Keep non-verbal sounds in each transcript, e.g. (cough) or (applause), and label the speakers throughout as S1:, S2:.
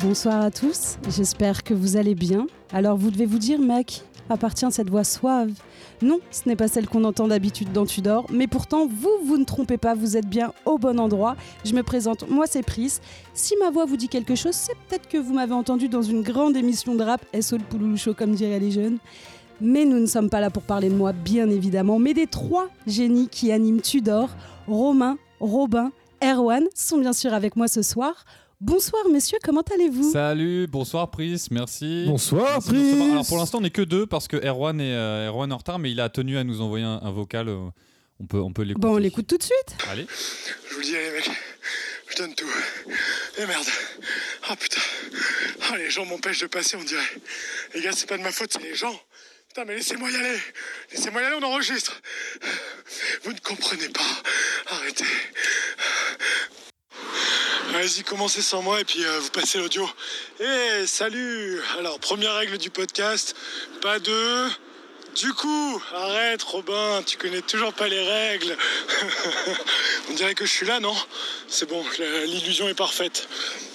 S1: Bonsoir à tous, j'espère que vous allez bien. Alors vous devez vous dire, mec, appartient cette voix suave Non, ce n'est pas celle qu'on entend d'habitude dans Tudor, mais pourtant vous, vous ne trompez pas, vous êtes bien au bon endroit. Je me présente, moi c'est Pris. Si ma voix vous dit quelque chose, c'est peut-être que vous m'avez entendu dans une grande émission de rap, SO le Pouloulou Show comme diraient les jeunes. Mais nous ne sommes pas là pour parler de moi, bien évidemment, mais des trois génies qui animent Tudor, Romain, Robin, Erwan, sont bien sûr avec moi ce soir. Bonsoir messieurs, comment allez-vous
S2: Salut, bonsoir Pris, merci.
S3: Bonsoir
S2: Merci de nous recevoir.
S3: Pris.
S2: Alors pour l'instant on n'est que deux parce que Erwan est, euh, Erwan est en retard mais il a tenu à nous envoyer un, un vocal. euh, on peut, on peut l'écouter.
S1: Bon, on l'écoute tout de suite.
S2: Allez.
S4: Je vous le dis, allez, mec, je donne tout. Et merde. Ah putain. Ah, les gens m'empêchent de passer, on dirait. Les gars, c'est pas de ma faute, c'est les gens. Putain, mais laissez-moi y aller. Laissez-moi y aller, on enregistre. Vous ne comprenez pas. Arrêtez. Allez-y, commencez sans moi et puis euh, vous passez l'audio. Eh, salut Alors, première règle du podcast, pas de... Du coup, arrête Robin, tu connais toujours pas les règles. (laughs) On dirait que je suis là, non C'est bon, la- l'illusion est parfaite.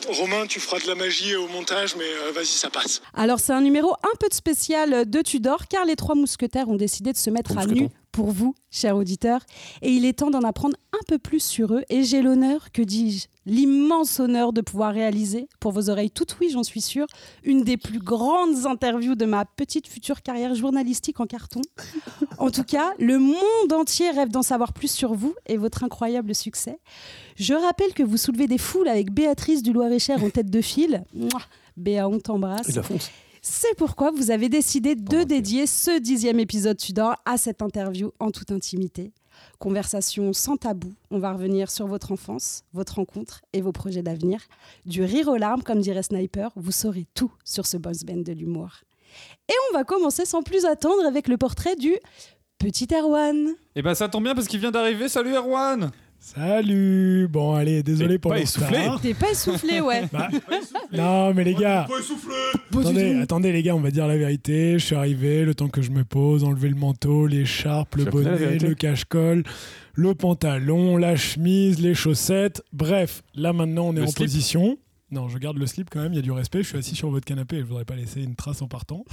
S4: Romain, tu feras de la magie au montage, mais euh, vas-y, ça passe.
S1: Alors c'est un numéro un peu de spécial euh, de Tudor car les trois mousquetaires ont décidé de se mettre à nu pour vous, chers auditeurs, et il est temps d'en apprendre un peu plus sur eux et j'ai l'honneur, que dis-je, l'immense honneur de pouvoir réaliser pour vos oreilles toutes oui, j'en suis sûre, une des plus grandes interviews de ma petite future carrière journalistique en carton. En tout cas, le monde entier rêve d'en savoir plus sur vous et votre incroyable succès. Je rappelle que vous soulevez des foules avec Béatrice du Loir-et-Cher en tête de file. Mouah, Béa, on t'embrasse.
S3: Il la fonce.
S1: C'est pourquoi vous avez décidé de dédier ce dixième épisode Tudor à cette interview en toute intimité. Conversation sans tabou, on va revenir sur votre enfance, votre rencontre et vos projets d'avenir. Du rire aux larmes, comme dirait Sniper, vous saurez tout sur ce boss band de l'humour. Et on va commencer sans plus attendre avec le portrait du petit Erwan.
S2: Et ben ça tombe bien parce qu'il vient d'arriver. Salut Erwan.
S5: Salut Bon, allez, désolé
S2: T'es
S5: pour
S2: pas
S5: le
S2: essoufflé
S5: retard.
S1: T'es pas essoufflé, ouais.
S5: Bah, non, mais les gars, attendez, attendez, les gars, on va dire la vérité. Je suis arrivé, le temps que je me pose, enlever le manteau, l'écharpe, le
S3: Tu as pris la
S5: bonnet,
S3: vérité
S5: le cache-colle, le pantalon, la chemise, les chaussettes. Bref, là maintenant, on est
S2: Le
S5: en
S2: slip.
S5: position. Non, je garde le slip quand même, il y a du respect. Je suis assis sur votre canapé et je voudrais pas laisser une trace en partant.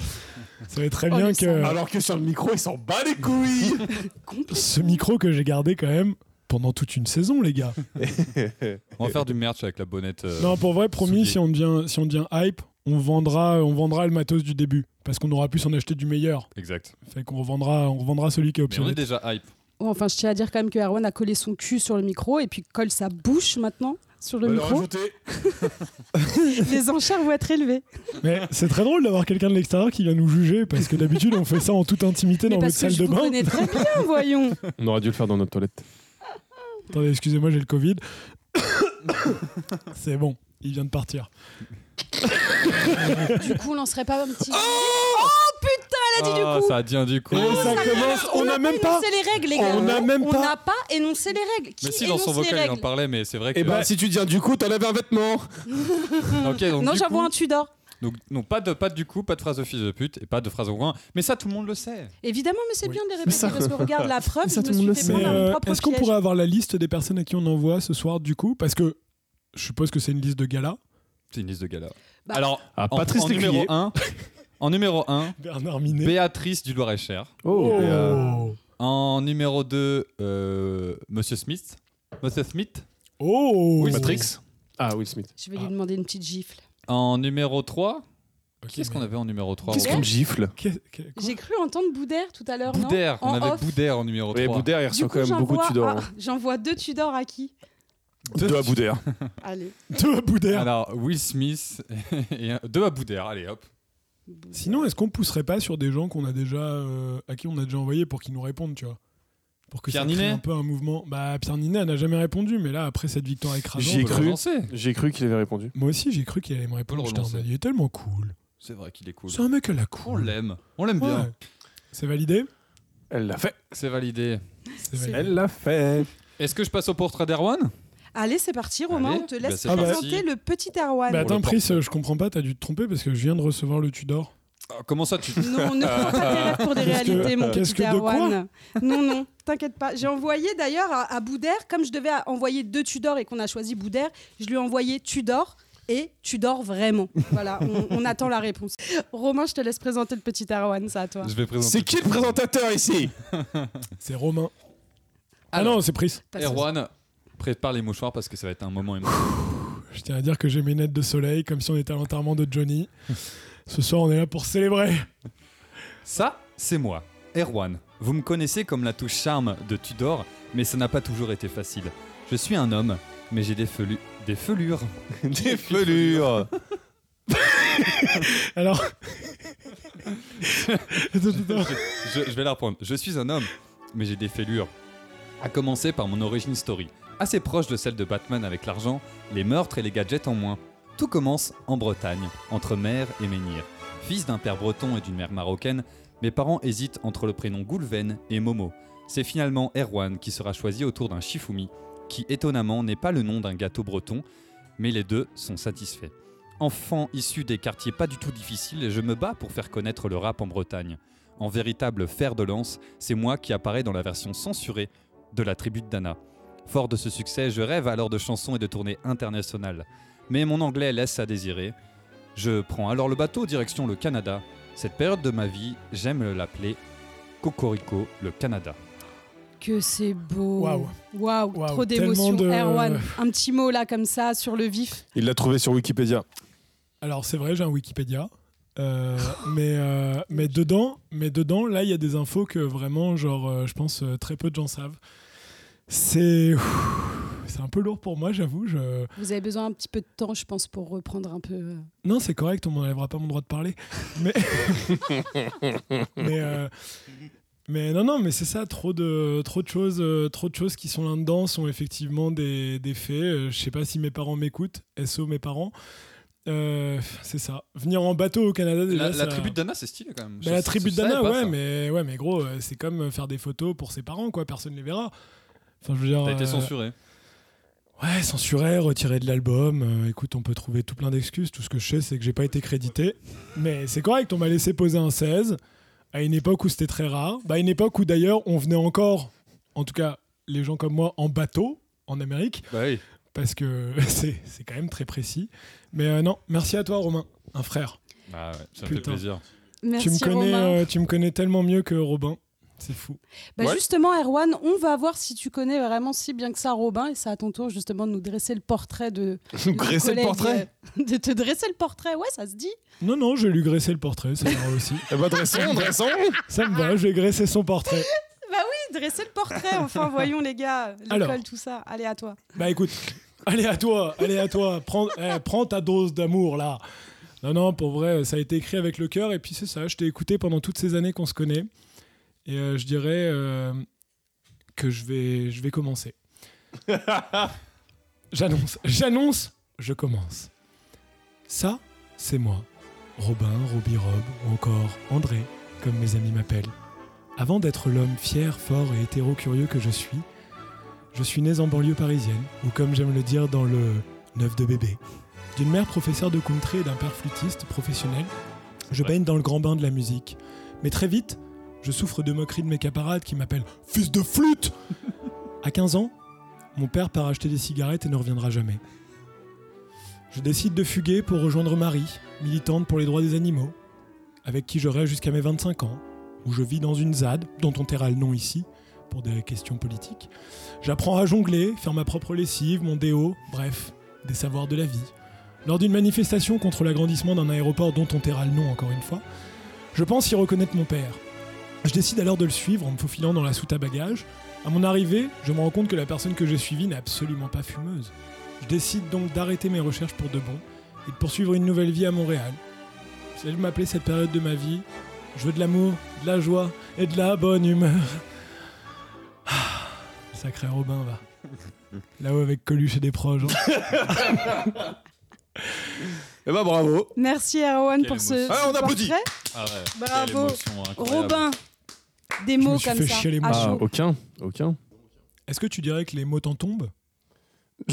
S5: Vous savez très
S1: Oh,
S5: bien
S1: le
S5: que
S3: (laughs) Alors que sur le micro, il s'en bat les couilles.
S5: ce micro que j'ai gardé quand même pendant toute une saison, les gars.
S2: On va faire du merch avec la bonnette. euh,
S5: Non, pour vrai,
S2: souliers.
S5: promis, si on, devient, si on devient hype, on vendra, on vendra le matos du début. Parce qu'on aura pu s'en acheter du meilleur.
S2: Exact.
S5: Fait qu'on revendra, on revendra celui qui est
S2: Mais on est
S5: obsolète.
S2: déjà hype.
S1: Ouais, Oh, Enfin, je tiens à dire quand même que Erwan a collé son cul sur le micro et puis colle sa bouche maintenant sur le
S6: Bah,
S3: On va le
S1: micro.
S3: rajouter.
S1: Les enchères vont être élevées.
S5: Mais c'est très drôle d'avoir quelqu'un de l'extérieur qui vient nous juger. Parce que d'habitude, on fait ça en toute intimité
S1: Mais
S5: dans votre
S1: parce que
S5: salle
S1: je
S5: de
S1: vous
S5: bain.
S1: connais très
S5: (laughs)
S1: bien, voyons.
S3: On aurait dû le faire dans notre toilette.
S5: Attendez, excusez-moi, j'ai le Covid. (coughs) c'est bon, il vient de partir.
S1: Du coup, on lancerait pas un petit. Elle a dit du
S2: Ah,
S1: coup.
S2: ça a dit un du coup.
S5: Et ça commence, on n'a même pas.
S1: énoncé les règles, les gars.
S5: On n'a même
S1: On
S5: pas.
S1: n'a pas énoncé les règles. Qui
S2: Mais si dans son
S1: énonce les
S2: vocal il en
S1: règles
S2: parlait mais c'est vrai
S1: Eh
S2: que.
S3: Et
S1: ben,
S3: bah, si tu tiens du coup, t'enlèves un vêtement.
S2: Ok, donc,
S1: Non,
S2: du
S1: j'avoue hein.
S2: coup-
S1: un Tudor.
S2: donc non pas de pas du coup, pas de phrase de fils de pute et pas de phrase au coin. Mais ça tout le monde le sait.
S1: Évidemment, mais c'est
S5: Oui.
S1: bien de les répéter parce que regarde la preuve.
S3: Ça,
S1: je
S3: tout
S1: me suis
S3: le monde le
S1: fait
S3: sait.
S5: Mais,
S1: prendre à mon
S5: euh,
S1: propre
S5: est-ce qu'on
S1: piège.
S5: pourrait avoir la liste des personnes à qui on envoie ce soir, du coup Parce que je suppose que c'est une liste de gala.
S2: C'est une liste de gala.
S1: Bah.
S2: Alors
S3: Ah,
S2: en,
S3: Patrice
S2: en numéro
S3: Lécuyer.
S2: 1 En numéro 1,
S5: Bernard Minet.
S2: Béatrice du Loir-et-Cher.
S3: Oh. et, euh,
S5: Oh.
S2: En numéro 2, Monsieur Smith. Monsieur Smith.
S5: Oh
S3: Matrix. Ah, Will Smith.
S1: Je vais lui demander une petite gifle.
S2: En numéro 3,
S5: Ok,
S2: qu'est-ce
S5: mais-
S2: qu'on avait en numéro 3
S1: Qu'est-ce
S3: Qu'est-ce qu'on gifle
S5: Qu'est- qu'est- quoi
S1: J'ai cru entendre Boudère tout à l'heure, non
S2: Boudère, on
S1: En
S2: avait
S1: off.
S2: Boudère en numéro 3.
S3: Oui, Boudère, il
S1: Du
S3: reçoit
S1: coup,
S3: quand même beaucoup de
S1: j'envoie-
S3: Tudor. hein.
S1: ah, J'envoie deux Tudor à qui
S3: Deux à Boudère.
S1: Allez.
S5: Deux Boudère
S2: Alors, Will Smith (laughs) et un- deux à Boudère, allez hop.
S5: Sinon, est-ce qu'on pousserait pas sur des gens qu'on a déjà, euh, à qui on a déjà envoyé pour qu'ils nous répondent, tu vois Pour que
S2: Pierre
S5: ça crée
S2: Ninet
S5: un peu un mouvement. Bah, Pierre Ninet n'a jamais répondu, mais là, après cette victoire écrasante... euh,
S3: J'y
S2: On
S3: ai
S2: peut le
S3: cru.
S2: relancer.
S3: J'ai cru qu'il avait répondu.
S5: Moi aussi, j'ai cru qu'il allait me
S2: On
S5: répondre.
S2: peut le
S5: J'étais en
S2: relancer.
S5: mode, il est tellement cool.
S2: C'est vrai qu'il est cool.
S5: C'est un mec à la
S2: On
S5: cool.
S2: l'aime, on l'aime bien.
S5: Ouais. C'est validé
S3: Elle l'a fait.
S2: C'est validé.
S5: C'est
S1: C'est-
S5: validé.
S3: Elle l'a fait.
S2: Est-ce que je passe au portrait d'Erwan
S1: Allez, c'est parti, Romain.
S2: Allez,
S1: on te
S2: bah,
S1: laisse
S2: c'est
S1: présenter
S2: parti.
S1: le petit Erwan.
S5: Bah
S2: On
S5: attends,
S2: le
S5: Pris, euh, je comprends pas, t'as dû te tromper parce que je viens de recevoir le Tudor.
S2: Ah, Comment ça
S3: (laughs)
S2: tu.
S1: Non, ne prends pas tes rêves pour des
S5: Qu'est-ce que-
S1: réalités, mon
S5: qu'est-ce
S1: petit
S5: que de quoi
S1: Erwan. Non, non, t'inquiète pas. J'ai envoyé d'ailleurs à, à Boudère, comme je devais envoyer deux Tudor et qu'on a choisi Boudère, je lui ai envoyé Tudor et tu dors vraiment. Voilà, on, on attend la réponse. Romain, je te laisse présenter le petit Arwan, ça à toi.
S2: Je vais présenter.
S6: C'est qui le présentateur
S3: (laughs)
S6: ici
S5: C'est Romain. Ah
S2: Alors.
S5: non, c'est Pris.
S1: Pas de souci.
S2: Erwan, prépare les mouchoirs parce que ça va être un moment émouvant.
S5: Je tiens à dire que j'ai mes lunettes de soleil, comme si on était à l'enterrement de
S2: (laughs)
S5: Johnny. Ce soir, on est là pour célébrer.
S2: Ça, c'est moi, Erwan. Vous me connaissez comme la touche charme de Tudor, mais ça n'a pas toujours été facile. Je suis un homme, mais j'ai des, felu- des felures.
S6: Des pelures
S5: Alors. (laughs) Attends, attends, attends.
S2: je, je vais la reprendre. Je suis un homme, mais j'ai des fêlures. À commencer par mon origin story, assez proche de celle de Batman avec l'argent, les meurtres et les gadgets en moins. Tout commence en Bretagne, entre mère et menhir. Fils d'un père breton et d'une mère marocaine, mes parents hésitent entre le prénom Goulven et Momo. C'est finalement Erwan qui sera choisi autour d'un chifoumi, qui étonnamment n'est pas le nom d'un gâteau breton, mais les deux sont satisfaits. Enfant issu des quartiers pas du tout difficiles, je me bats pour faire connaître le rap en Bretagne en véritable fer de lance, c'est moi qui apparaît dans la version censurée de la tribu de Dana. Fort de ce succès, je rêve alors de chansons et de tournées internationales. Mais mon anglais laisse à désirer. Je prends alors le bateau direction le Canada. Cette période de ma vie, j'aime l'appeler Cocorico, le Canada.
S1: Que c'est beau.
S5: Waouh.
S1: Waouh,
S5: Waouh,
S1: trop
S5: tellement
S1: d'émotions.
S5: de-
S1: Erwan, un petit mot là comme ça sur le vif.
S3: Il l'a trouvé sur Wikipédia.
S5: Alors, c'est vrai, j'ai un Wikipédia. Euh, mais, euh, mais, dedans, mais dedans, là, il y a des infos que vraiment, genre, euh, je pense, euh, très peu de gens savent. C'est. Ouh, C'est un peu lourd pour moi, j'avoue. Je...
S1: Vous avez besoin un petit peu de temps, je pense, pour reprendre un peu. euh,
S5: Non, c'est correct, on m'enlèvera pas mon droit de parler. Mais. (laughs) mais, euh, mais non, non, mais c'est ça, trop de, trop, de choses, euh, trop de choses qui sont là-dedans sont effectivement des, des faits. Euh, Je sais pas si mes parents m'écoutent, SO mes parents. Euh, c'est ça. Venir en bateau au Canada, déjà.
S2: La, la
S5: ça-
S2: tribu de Dana, c'est stylé quand même.
S5: Bah,
S2: Je-
S5: la
S2: je-
S5: tribu
S2: je
S5: de
S2: savais
S5: Dana,
S2: pas
S5: ouais
S2: ça.
S5: mais, ouais, mais gros, euh, c'est comme euh, faire des photos pour ses parents, quoi. Personne ne les verra. Enfin, je veux dire.
S2: T'as été
S5: euh,
S2: censuré.
S5: Ouais, censuré, retiré de l'album. Euh, écoute, on peut trouver tout plein d'excuses. Tout ce que je sais, c'est que j'ai pas été crédité. Mais c'est correct, on m'a laissé poser un 16 à une époque où c'était très rare. Bah, à une époque où d'ailleurs, on venait encore, en tout cas, les gens comme moi, en bateau en Amérique,
S2: Bah oui.
S5: parce que (laughs) c'est c'est quand même très précis. Mais euh, non, merci à toi, Romain, un frère.
S2: Bah ouais, ça me fait
S5: Putain.
S2: plaisir.
S1: Merci
S5: tu, me connais,
S1: Romain.
S5: euh, tu me connais tellement mieux que Robin. C'est fou.
S1: Bah,
S2: Ouais.
S1: Justement, Erwan, on va voir si tu connais vraiment si bien que ça Robin. Et c'est à ton tour justement de nous dresser le portrait de. de ton
S6: Dresser le
S1: collègue,
S6: portrait
S1: euh, De te dresser le portrait, ouais, ça se dit.
S5: Non, non, je vais lui graisser le portrait, ça va aussi.
S3: Eh ben, Eh dressons, dressons
S5: Ça me va, je vais graisser son portrait.
S1: Oui, dresser le portrait, enfin, voyons les gars, l'école,
S5: Alors.
S1: tout ça. Allez, à toi.
S5: Bah écoute, allez à toi, allez à toi, prends, eh, prends ta dose d'amour là. Non, non, pour vrai, ça a été écrit avec le cœur et puis c'est ça, je t'ai écouté pendant toutes ces années qu'on se connaît. Et euh, je dirais euh, que je vais, je vais commencer. j'annonce, j'annonce, je commence. Ça, c'est moi. Robin, Roby Rob ou encore André, comme mes amis m'appellent. Avant d'être l'homme fier, fort et hétéro-curieux que je suis, je suis né en banlieue parisienne, ou comme j'aime le dire dans le neuf de bébé. D'une mère professeure de country et d'un père flûtiste professionnel, je
S2: vrai.
S5: baigne dans le grand bain de la musique. Mais très vite, je souffre de moqueries de mes camarades qui m'appellent Fils de flûte À 15 ans, mon père part acheter des cigarettes et ne reviendra jamais. Je décide de fuguer pour rejoindre Marie, militante pour les droits des animaux, avec qui je reste jusqu'à mes 25 ans, où je vis dans une ZAD, dont on taira le nom ici, pour des questions politiques. J'apprends à jongler, faire ma propre lessive, mon déo, bref, des savoirs de la vie. Lors d'une manifestation contre l'agrandissement d'un aéroport dont on taira le nom encore une fois, je pense y reconnaître mon père. Je décide alors de le suivre en me faufilant dans la soute à bagages. À mon arrivée, je me rends compte que la personne que j'ai suivie n'est absolument pas fumeuse. Je décide donc d'arrêter mes recherches pour de bon et de poursuivre une nouvelle vie à Montréal. Si elle m'appelait cette période de ma vie, je veux de l'amour, de la joie et de la bonne humeur. Ah, Sacré Robin, va. Là-haut avec Coluche et des proches. hein.
S6: Eh ben bravo
S1: Merci Erwan
S2: Quelle
S1: pour ce.
S2: émotion.
S1: ce
S6: Ah, on applaudit.
S1: portrait.
S2: Ah ouais,
S1: Bravo.
S2: quelle émotion incroyable.
S1: Robin, des
S5: me
S1: mots
S5: suis
S1: comme
S5: fait
S1: ça.
S5: chier les
S1: à
S5: mains.
S1: chaud.
S3: Ah, aucun, aucun.
S5: Est-ce que tu dirais que les mots t'en tombent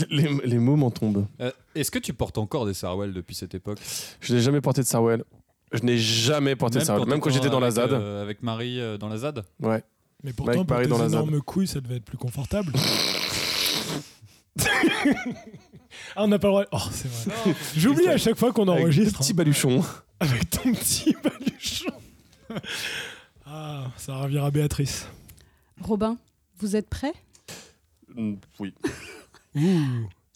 S3: Les, les mots m'en tombent.
S2: Euh, Est-ce que tu portes encore des sarouels depuis cette époque
S3: Je n'ai jamais porté de Sarwell. Je n'ai jamais porté de Sarwell. Même quand
S2: t'es
S3: j'étais dans la
S2: avec,
S3: ZAD.
S2: euh, avec Marie euh, dans la ZAD
S1: Ah
S3: Ouais.
S5: Mais pourtant,
S3: Mike
S5: pour
S3: Parry
S5: tes
S3: dans la ZAD.
S5: énormes couilles, ça devait être plus confortable. Ah, on n'a pas le droit. Oh, c'est vrai. J'oublie à chaque fois qu'on
S3: Avec des
S5: enregistre.
S3: petits baluchons.
S5: hein. Avec ton petit baluchon. Ah, ça ravira Béatrice.
S1: Robin, vous êtes prêt
S3: Mm, Oui.
S5: Ouh.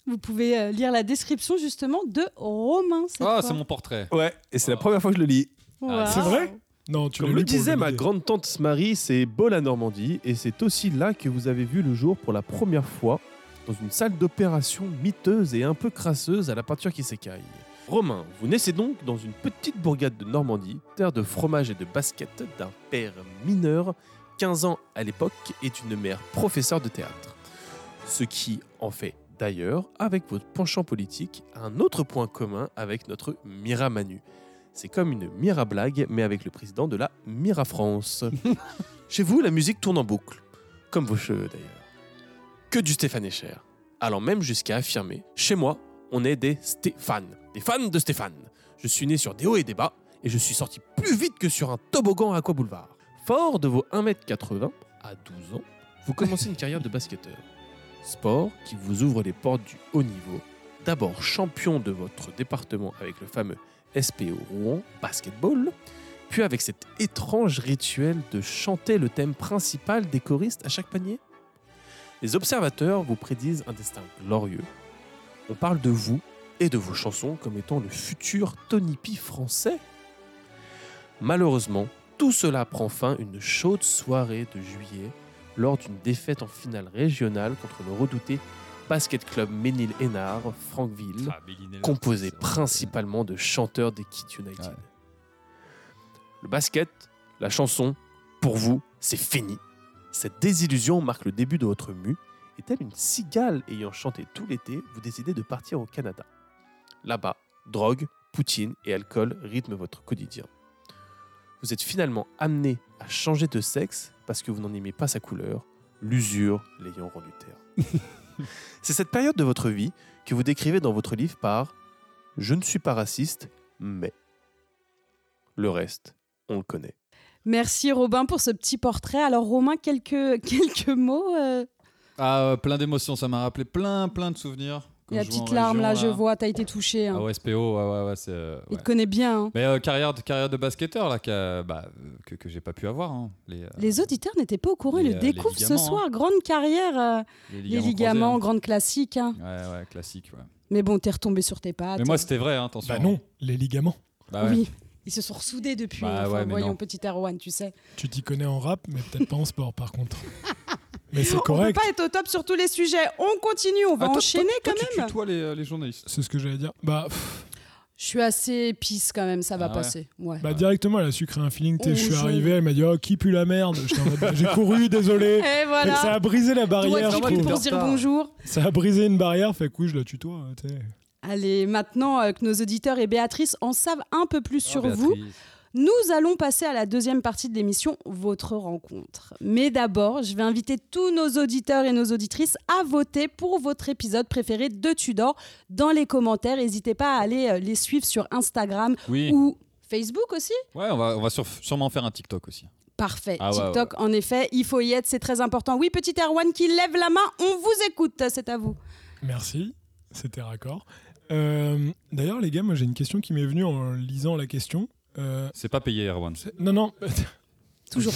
S1: Vous pouvez euh, lire la description justement de Romain. cette
S2: Ah,
S1: fois.
S2: c'est mon portrait.
S6: Ouais, et c'est la première fois que je le lis.
S1: Waouh.
S5: C'est vrai Non, tu l'as
S6: Comme le
S5: lu pour
S6: disait ma
S5: oublier.
S6: grande-tante Marie, c'est beau la Normandie, et c'est aussi là que vous avez vu le jour pour la première fois, dans une salle d'opération miteuse et un peu crasseuse à la peinture qui s'écaille. Romain, vous naissez donc dans une petite bourgade de Normandie, terre de fromage et de basket, d'un père mineur, 15 ans à l'époque, et d'une mère professeure de théâtre. Ce qui en fait d'ailleurs, avec votre penchant politique, un autre point commun avec notre Mira Manu. C'est comme une Mira blague, mais avec le président de la Mira France. Chez vous, la musique tourne en boucle, comme vos cheveux d'ailleurs. Que du Stéphane Echer, allant même jusqu'à affirmer Chez moi, on est des Stéphane, des fans de Stéphane. Je suis né sur des hauts et des bas, et je suis sorti plus vite que sur un toboggan à Aqua Boulevard. Fort de vos 1m80 à 12 ans, vous commencez une carrière de basketteur. Sport qui vous ouvre les portes du haut niveau. D'abord champion de votre département avec le fameux SPO Rouen Basketball, puis avec cet étrange rituel de chanter le thème principal des choristes à chaque panier Les observateurs vous prédisent un destin glorieux. On parle de vous et de vos chansons comme étant le futur Tony P français. Malheureusement, tout cela prend fin une chaude soirée de juillet lors d'une défaite en finale régionale contre le redouté Basket Club Ménil-Hénard, Franqueville
S2: Ah, Billy Nelson,
S6: composé
S2: c'est-
S6: principalement de chanteurs des Kids United.
S2: Ouais.
S6: Le basket, la chanson, pour vous, c'est fini. Cette désillusion marque le début de votre mue, et telle une cigale ayant chanté tout l'été, vous décidez de partir au Canada. Là-bas, drogue, poutine et alcool rythment votre quotidien. Vous êtes finalement amené à changer de sexe parce que vous n'en aimez pas sa couleur, l'usure l'ayant rendu
S2: (laughs)
S6: terre. c'est cette période de votre vie que vous décrivez dans votre livre par Je ne suis pas raciste, mais. Le reste, on le connaît.
S1: Merci Robin pour ce petit portrait. Alors Romain, quelques, (laughs) quelques mots. euh,
S2: Ah, euh, plein d'émotions, ça m'a rappelé plein, plein de souvenirs. Quand
S1: la
S2: je jouais en
S1: petite larme là, je
S2: région,
S1: vois, t'as été touché. hein.
S2: Ah ouais, SPO, ouais, ouais, ouais, c'est. euh,
S1: Il
S2: ouais.
S1: te connaît bien. hein.
S2: Mais euh, carrière, de, carrière de basketteur là, qu'a- bah, euh, que, que j'ai pas pu avoir. hein. Les, euh,
S1: Les auditeurs n'étaient pas au courant, ils
S2: les,
S1: le
S2: euh, les
S1: découvrent ce
S2: ligaments,
S1: soir. Grande carrière, euh,
S2: les
S1: les
S2: ligaments.
S1: ligaments,
S2: croisés,
S1: grande classique. hein.
S2: hein. Ouais, ouais, classique. ouais.
S1: Mais bon, t'es retombé sur tes pattes.
S2: Mais moi, c'était vrai, hein, attention.
S5: Bah non, les ligaments.
S2: Bah ouais.
S1: Oui, ils se sont ressoudés depuis. hein.
S2: Bah
S1: enfin,
S2: ouais, mais
S1: voyons,
S2: non.
S1: petit Erwan, tu sais.
S5: Tu t'y connais en rap, mais peut-être pas en sport par contre. Mais c'est
S1: On peut
S5: correct.
S1: pas être au top sur tous les sujets. On continue, on va
S2: Attends,
S1: enchaîner
S2: toi,
S1: quand
S2: tu
S1: même.
S2: tutoies les, euh, les journalistes.
S5: C'est ce que j'allais dire. Bah, pff,
S1: Je suis assez épice quand même, ça va
S2: Ah ouais.
S1: passer. Ouais.
S5: bah directement, elle a su créer un feeling. t'sais,
S1: Oh,
S5: je suis
S1: je-
S5: arrivé, elle m'a dit Oh, qui pue la merde J'étais en mode, bah, J'ai
S1: (laughs)
S5: couru, désolé.
S1: Et
S5: Fait que Bah, Ça
S1: voilà.
S5: a brisé la
S1: Doigt
S5: barrière,
S1: qui
S5: je
S1: pue
S5: trouve.
S1: pour dire bonjour.
S5: Ça a brisé une barrière, fait que oui, je la tutoie. tu sais.
S1: Allez, maintenant euh, que nos auditeurs et Béatrice en savent un peu
S2: Ah,
S1: plus sur vous, nous allons passer à la deuxième partie de l'émission, votre rencontre. Mais d'abord, je vais inviter tous nos auditeurs et nos auditrices à voter pour votre épisode préféré de Tudor dans les commentaires. N'hésitez pas à aller euh, les suivre sur Instagram
S2: Oui.
S1: ou Facebook aussi.
S2: Ouais, on va, on va sur- sûrement faire un TikTok aussi.
S1: Parfait.
S2: Ah ouais,
S1: TikTok, en effet, il faut y être, c'est très important. Oui, petit Erwan qui lève la main, on vous écoute, c'est à vous.
S5: Merci, c'était raccord. Euh, D'ailleurs, les gars, moi j'ai une question qui m'est venue en lisant la question. Euh,
S2: C'est pas payé, Erwan.
S5: c'est- non, non. (laughs)
S1: Toujours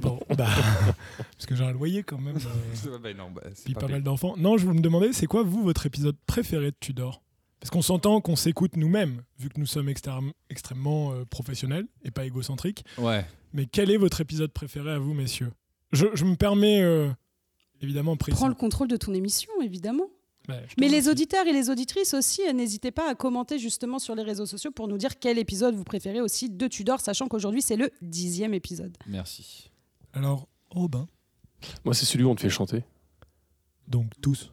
S5: bon, bah, (laughs) parce que j'ai un loyer quand même. euh,
S2: (laughs) Bah non, bah, c'est
S5: puis
S2: pas
S5: pas,
S2: payé.
S5: mal d'enfants. Non, je vous me demandais, c'est quoi, vous, votre épisode préféré de Tudor Parce qu'on s'entend qu'on s'écoute nous-mêmes, vu que nous sommes externe- extrêmement euh, professionnels et pas égocentriques.
S2: Ouais.
S5: Mais quel est votre épisode préféré à vous, messieurs je, je me permets, euh, évidemment, précis.
S1: prends le contrôle de ton émission, évidemment.
S5: Ouais, je te
S1: Mais les
S5: remercie.
S1: auditeurs et les auditrices aussi, euh, n'hésitez pas à commenter justement sur les réseaux sociaux pour nous dire quel épisode vous préférez aussi de Tudor, sachant qu'aujourd'hui c'est le dixième épisode.
S2: Merci.
S5: Alors, Robin,
S3: Moi, c'est celui où on te fait chanter.
S5: donc tous.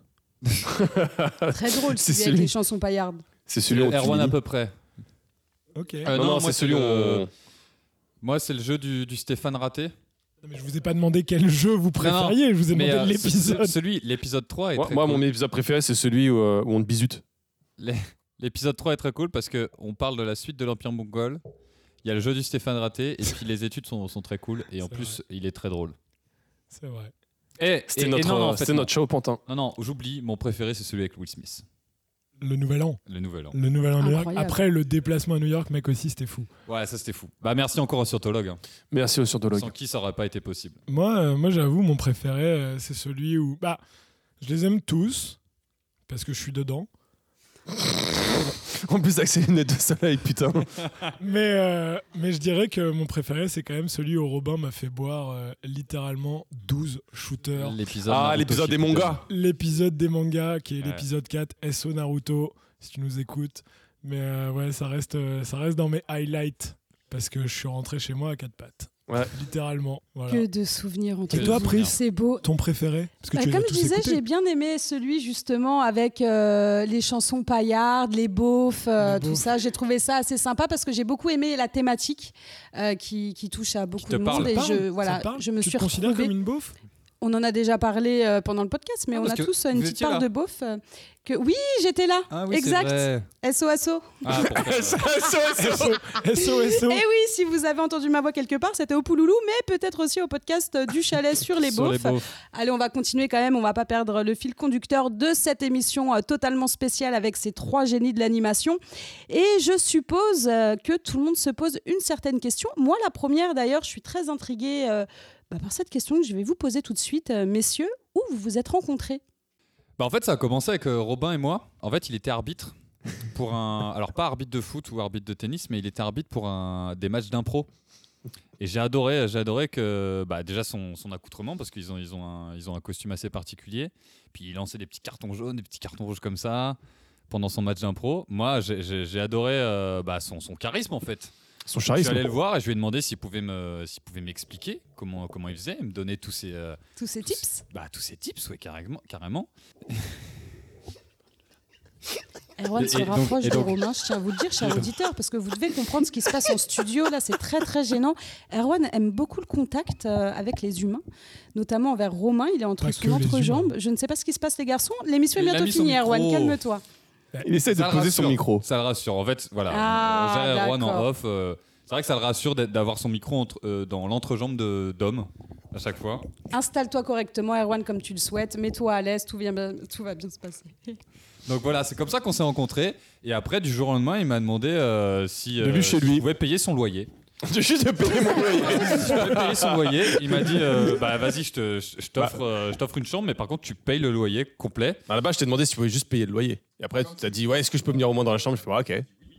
S5: Ah,
S1: Très
S5: (laughs)
S1: drôle,
S3: C'est
S1: celui avec
S3: celui-
S1: les chansons paillardes.
S3: C'est celui où on te
S2: Erwan à
S3: finit.
S2: peu près.
S5: Ok.
S2: Euh,
S3: Non, non,
S2: moi,
S3: c'est celui où
S2: le-
S3: on.
S2: Moi, c'est le jeu du, du Stéphane raté.
S5: Non, mais je vous ai pas demandé quel jeu vous préfériez, je vous ai demandé
S2: euh, ce-
S5: l'épisode.
S2: ce- Celui, l'épisode 3 est
S3: Moi,
S2: très
S3: moi,
S2: cool.
S3: mon épisode préféré, c'est celui où, euh, où on te bisute.
S2: L'épisode 3 est très cool parce que on parle de la suite de l'Empire mongol. Il y a le jeu du Stéphane raté et puis les études sont, sont très cool et en
S5: C'est
S2: plus, il est très drôle.
S5: C'est vrai.
S2: Eh,
S3: C'était
S2: et- et
S3: notre, euh,
S2: non, non, en fait,
S3: c'était
S2: non.
S3: notre show au pantin.
S2: Non, non, j'oublie, mon préféré c'est celui avec Will Smith,
S5: Le nouvel an.
S2: le nouvel an.
S5: Le nouvel an à New York.
S1: Incroyable.
S5: Après le déplacement à New York, mec aussi, c'était fou.
S2: Ouais, ça c'était fou. Bah merci encore au surtologue, hein.
S3: Merci au surdologue.
S2: sans qui ça aurait pas été possible.
S5: Moi, euh, moi j'avoue, mon préféré, euh, c'est celui où. Bah, je les aime tous, parce que je suis dedans.
S3: En plus avec ses lunettes de soleil, putain.
S5: (laughs) Mais, euh, mais je dirais que mon préféré, c'est quand même celui où Robin m'a fait boire euh, littéralement 12 shooters.
S2: L'épisode
S3: Ah,
S2: Naruto
S3: l'épisode des
S2: Shippuden.
S3: mangas.
S5: L'épisode des mangas, qui est
S2: Ouais.
S5: l'épisode 4, SO Naruto, si tu nous écoutes. Mais euh, ouais, ça reste, euh, ça reste dans mes highlights, parce que je suis rentré chez moi à quatre pattes.
S3: Ouais.
S5: Littéralement. Voilà.
S1: Que de souvenirs en
S5: Et
S1: tout
S5: toi,
S1: cas.
S5: Pris
S1: C'est beau.
S5: Ton préféré Parce que
S1: Bah,
S5: tu les as
S1: comme je
S5: tous
S1: disais,
S5: écoutés.
S1: j'ai bien aimé celui justement avec euh, les chansons paillardes, les beaufs, euh,
S5: Les
S1: tout
S5: beaufs.
S1: ça. J'ai trouvé ça assez sympa parce que j'ai beaucoup aimé la thématique euh, qui, qui touche à beaucoup de
S2: te
S1: monde.
S2: parle.
S1: Et
S5: Parle, hein.
S1: je,
S5: ça
S1: voilà,
S5: parle
S1: je me
S5: tu
S1: suis
S5: te considères
S1: retrouvée-
S5: comme une beauf
S1: On en a déjà parlé euh, pendant le podcast, mais
S2: Ah,
S1: on
S2: parce
S1: a
S2: que
S1: tous euh, une
S2: vous
S1: petite
S2: étiez
S1: part
S2: là.
S1: de beauf. euh, que... Oui, j'étais là.
S2: Ah oui,
S1: exact.
S2: c'est vrai.
S1: SOSO.
S2: Ah, (laughs) pour faire, euh,
S5: SOSO
S1: Eh oui, si vous avez entendu ma voix quelque part, c'était au Pouloulou, mais peut-être aussi au podcast euh, du chalet sur les
S2: Ah, sur
S1: beaufs.
S2: les beaufs.
S1: Allez, on va continuer quand même, on va pas perdre le fil conducteur de cette émission euh, totalement spéciale avec ces trois génies de l'animation. Et je suppose euh, que tout le monde se pose une certaine question. Moi, la première d'ailleurs, je suis très intriguée euh, bah, par cette question que je vais vous poser tout de suite, euh, messieurs. Où vous vous êtes rencontrés
S2: Bah, en fait, ça a commencé avec euh, Robin et moi. En fait, il était arbitre
S1: (laughs)
S2: pour un. Alors, pas arbitre de foot ou arbitre de tennis, mais il était arbitre pour un... des matchs d'impro. Et j'ai adoré, j'ai adoré que bah, déjà son, son accoutrement parce qu'ils ont, ils ont, un, ils ont un costume assez particulier. Puis il lançait des petits cartons jaunes, des petits cartons rouges comme ça pendant son match d'impro. Moi, j'ai- j'ai j'ai adoré euh, bah, son, son charisme en fait.
S3: Son
S2: Je suis
S3: charisme.
S2: allé le voir et je lui ai demandé s'il pouvait me, s'il pouvait m'expliquer comment, comment il faisait. Il me donnait tous ses, euh,
S1: Tous ces
S2: tous-
S1: tips
S2: bah, tous ses tips, ouais, carrément, carrément.
S1: Erwan
S2: Et-
S1: se
S2: et donc-
S1: rapproche
S2: et
S1: de
S2: donc-
S1: Romain, je tiens à vous le dire, cher auditeur, parce que vous devez comprendre ce qui se passe en studio, là c'est très très gênant. Erwan aime beaucoup le contact euh, avec les humains, notamment envers Romain, il est entre
S5: Pas que
S1: son
S5: les
S1: entrejambe. Je ne sais pas ce qui se passe les garçons, l'émission est
S2: Il a
S1: bientôt
S2: mis son
S1: finie Erwan,
S2: micro.
S1: calme-toi.
S6: Il essaie de
S2: Ça le
S6: poser
S2: rassure. (laughs)
S6: son micro.
S2: Ça le rassure. En fait, voilà.
S1: Ah,
S2: on gère Erwan en
S1: d'accord.
S2: off. euh, c'est vrai que ça le rassure d'être- d'avoir son micro entre- euh, dans l'entrejambe de- d'homme à chaque fois.
S1: Installe-toi correctement Erwan comme tu le souhaites, mets-toi à l'aise, tout, vient bien- tout va bien se
S5: (laughs)
S1: passer.
S2: Donc voilà, c'est comme ça qu'on s'est rencontrés. Et après, du jour au lendemain, il m'a demandé euh, si,
S3: De lui chez
S2: si
S3: lui.
S2: je pouvais payer son loyer.
S3: J'ai juste de payer mon loyer.
S2: Je pouvais payer son loyer. Il m'a dit euh, bah vas-y, je te- je je
S3: Bah.
S2: t'offre euh, je t'offre une chambre, mais par contre, tu payes le loyer complet.
S3: (laughs) À la base, je t'ai demandé si tu pouvais juste payer le loyer. Et après, tu t'as dit, ouais, est-ce que je peux venir au moins dans la chambre Je fais, ouais, ok.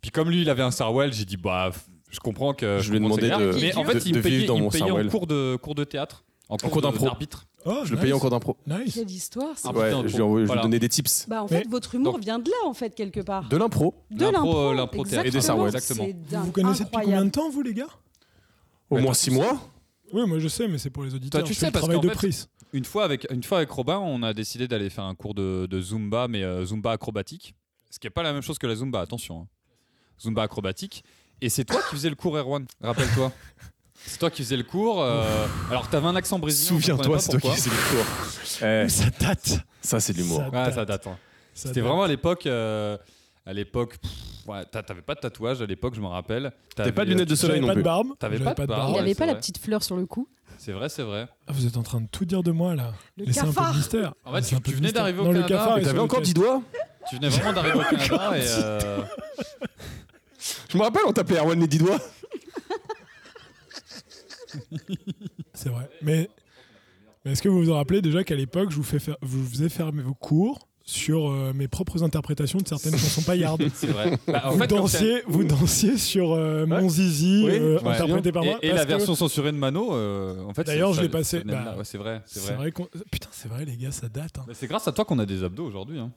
S2: Puis comme lui, il avait un Sarwell, j'ai dit bah f- je comprends que
S3: Je lui ai
S2: comprends
S3: demandé
S2: ses galères.
S3: de-
S2: mais en
S3: de-
S2: fait, il
S3: de
S2: me
S3: vivre
S2: payait,
S3: dans
S2: il me
S3: mon
S2: payait en
S3: Sarwell.
S2: cours de cours de théâtre, en cours,
S3: cours
S2: de-
S3: d'impro.
S2: d'arbitre.
S5: Oh,
S3: Je le
S5: nice.
S3: payais en cours d'impro.
S5: Nice.
S1: Quelle histoire ça.
S2: Ah,
S3: Ouais,
S2: putain,
S3: je lui, envoyais- je lui
S2: voilà.
S3: donnais des tips.
S1: Bah, en
S5: Mais-
S1: fait, votre humour
S2: Donc-
S1: vient de là, en fait, quelque part.
S3: De l'impro
S1: De
S2: L'impro,
S1: l'impro,
S2: euh, l'impro théâtre.
S3: Et des
S1: exactement.
S3: Sarwell.
S2: Exactement.
S1: C'est
S5: Vous
S1: dingue,
S5: vous connaissez depuis
S1: incroyable.
S5: combien de temps, vous, les gars
S3: Au
S2: Mais
S3: moins
S2: toi,
S3: six mois
S5: Oui, moi je sais, mais c'est pour les auditeurs.
S2: Toi, tu
S5: je
S2: sais,
S5: fais le
S2: parce
S5: travail
S2: qu'en
S5: de
S2: fait-
S5: prise.
S2: Une fois, avec, une fois avec Robin, on a décidé d'aller faire un cours de, de Zumba, mais euh, Zumba acrobatique. Ce qui n'est pas la même chose que la Zumba, attention. hein. Zumba acrobatique. Et c'est toi qui faisais le cours, Erwan, rappelle-toi. C'est toi qui faisais le cours. euh, alors, t'avais un accent brésilien. on comprenait
S3: Souviens-toi,
S2: pas
S3: c'est toi qui
S2: pourquoi.
S3: faisais le cours. Eh,
S5: Ça date.
S3: ça, c'est de l'humour.
S5: Ça
S2: Ouais,
S5: date.
S2: ça date. hein.
S5: Ça
S2: C'était
S5: date.
S2: vraiment à l'époque. euh, à l'époque. pff, ouais, t'a- t'avais pas de tatouage à l'époque, je me rappelle. T'avais
S3: pas de lunettes de
S5: J'avais
S3: soleil non
S5: pas de
S3: plus.
S5: barbe.
S2: T'avais
S5: j'avais
S1: Il
S2: pas de barbe.
S1: avait
S2: Ouais,
S1: pas
S2: c'est
S1: la
S2: vrai.
S1: petite fleur sur le cou.
S2: C'est vrai, c'est vrai.
S5: Ah, vous êtes en train de tout dire de moi là.
S1: Le
S5: Laissez un peu de
S1: cafard.
S5: mystère.
S2: En fait,
S5: Laissez
S2: tu-
S5: un peu
S2: tu
S5: de
S2: venais
S5: mystère.
S2: d'arriver au
S5: Non,
S2: Canada,
S5: le cafard.
S3: Et
S5: est sur
S3: T'avais
S5: le
S3: encore
S5: café.
S3: 10 doigts
S2: Tu venais vraiment d'arriver au Canada et. euh,
S3: Je me rappelle, on t'appelait Erwan les 10 doigts.
S5: C'est vrai. Mais, mais est-ce que vous vous en rappelez déjà qu'à l'époque, je vous, fais faire, vous faisais faire vos cours sur euh, mes propres interprétations de certaines chansons paillardes
S2: c'est vrai. Bah, en
S5: vous,
S2: fait, comme c'est-
S5: dansiez, vous dansiez sur euh, Mon Zizi,
S3: Oui.
S5: euh,
S2: Ouais.
S5: interprété par
S2: Et-
S5: moi.
S2: Et,
S5: parce
S2: la
S5: que-
S2: version censurée de Mano, euh, en fait.
S5: D'ailleurs,
S2: c'est-
S5: je
S2: ça-
S5: l'ai passé.
S2: ça venait de là.
S5: Bah,
S2: Ouais, c'est vrai, c'est
S5: C'est
S2: vrai.
S5: vrai qu'on- Putain, c'est vrai, les gars, ça date. hein.
S2: Bah, C'est grâce à toi qu'on a des abdos aujourd'hui. hein.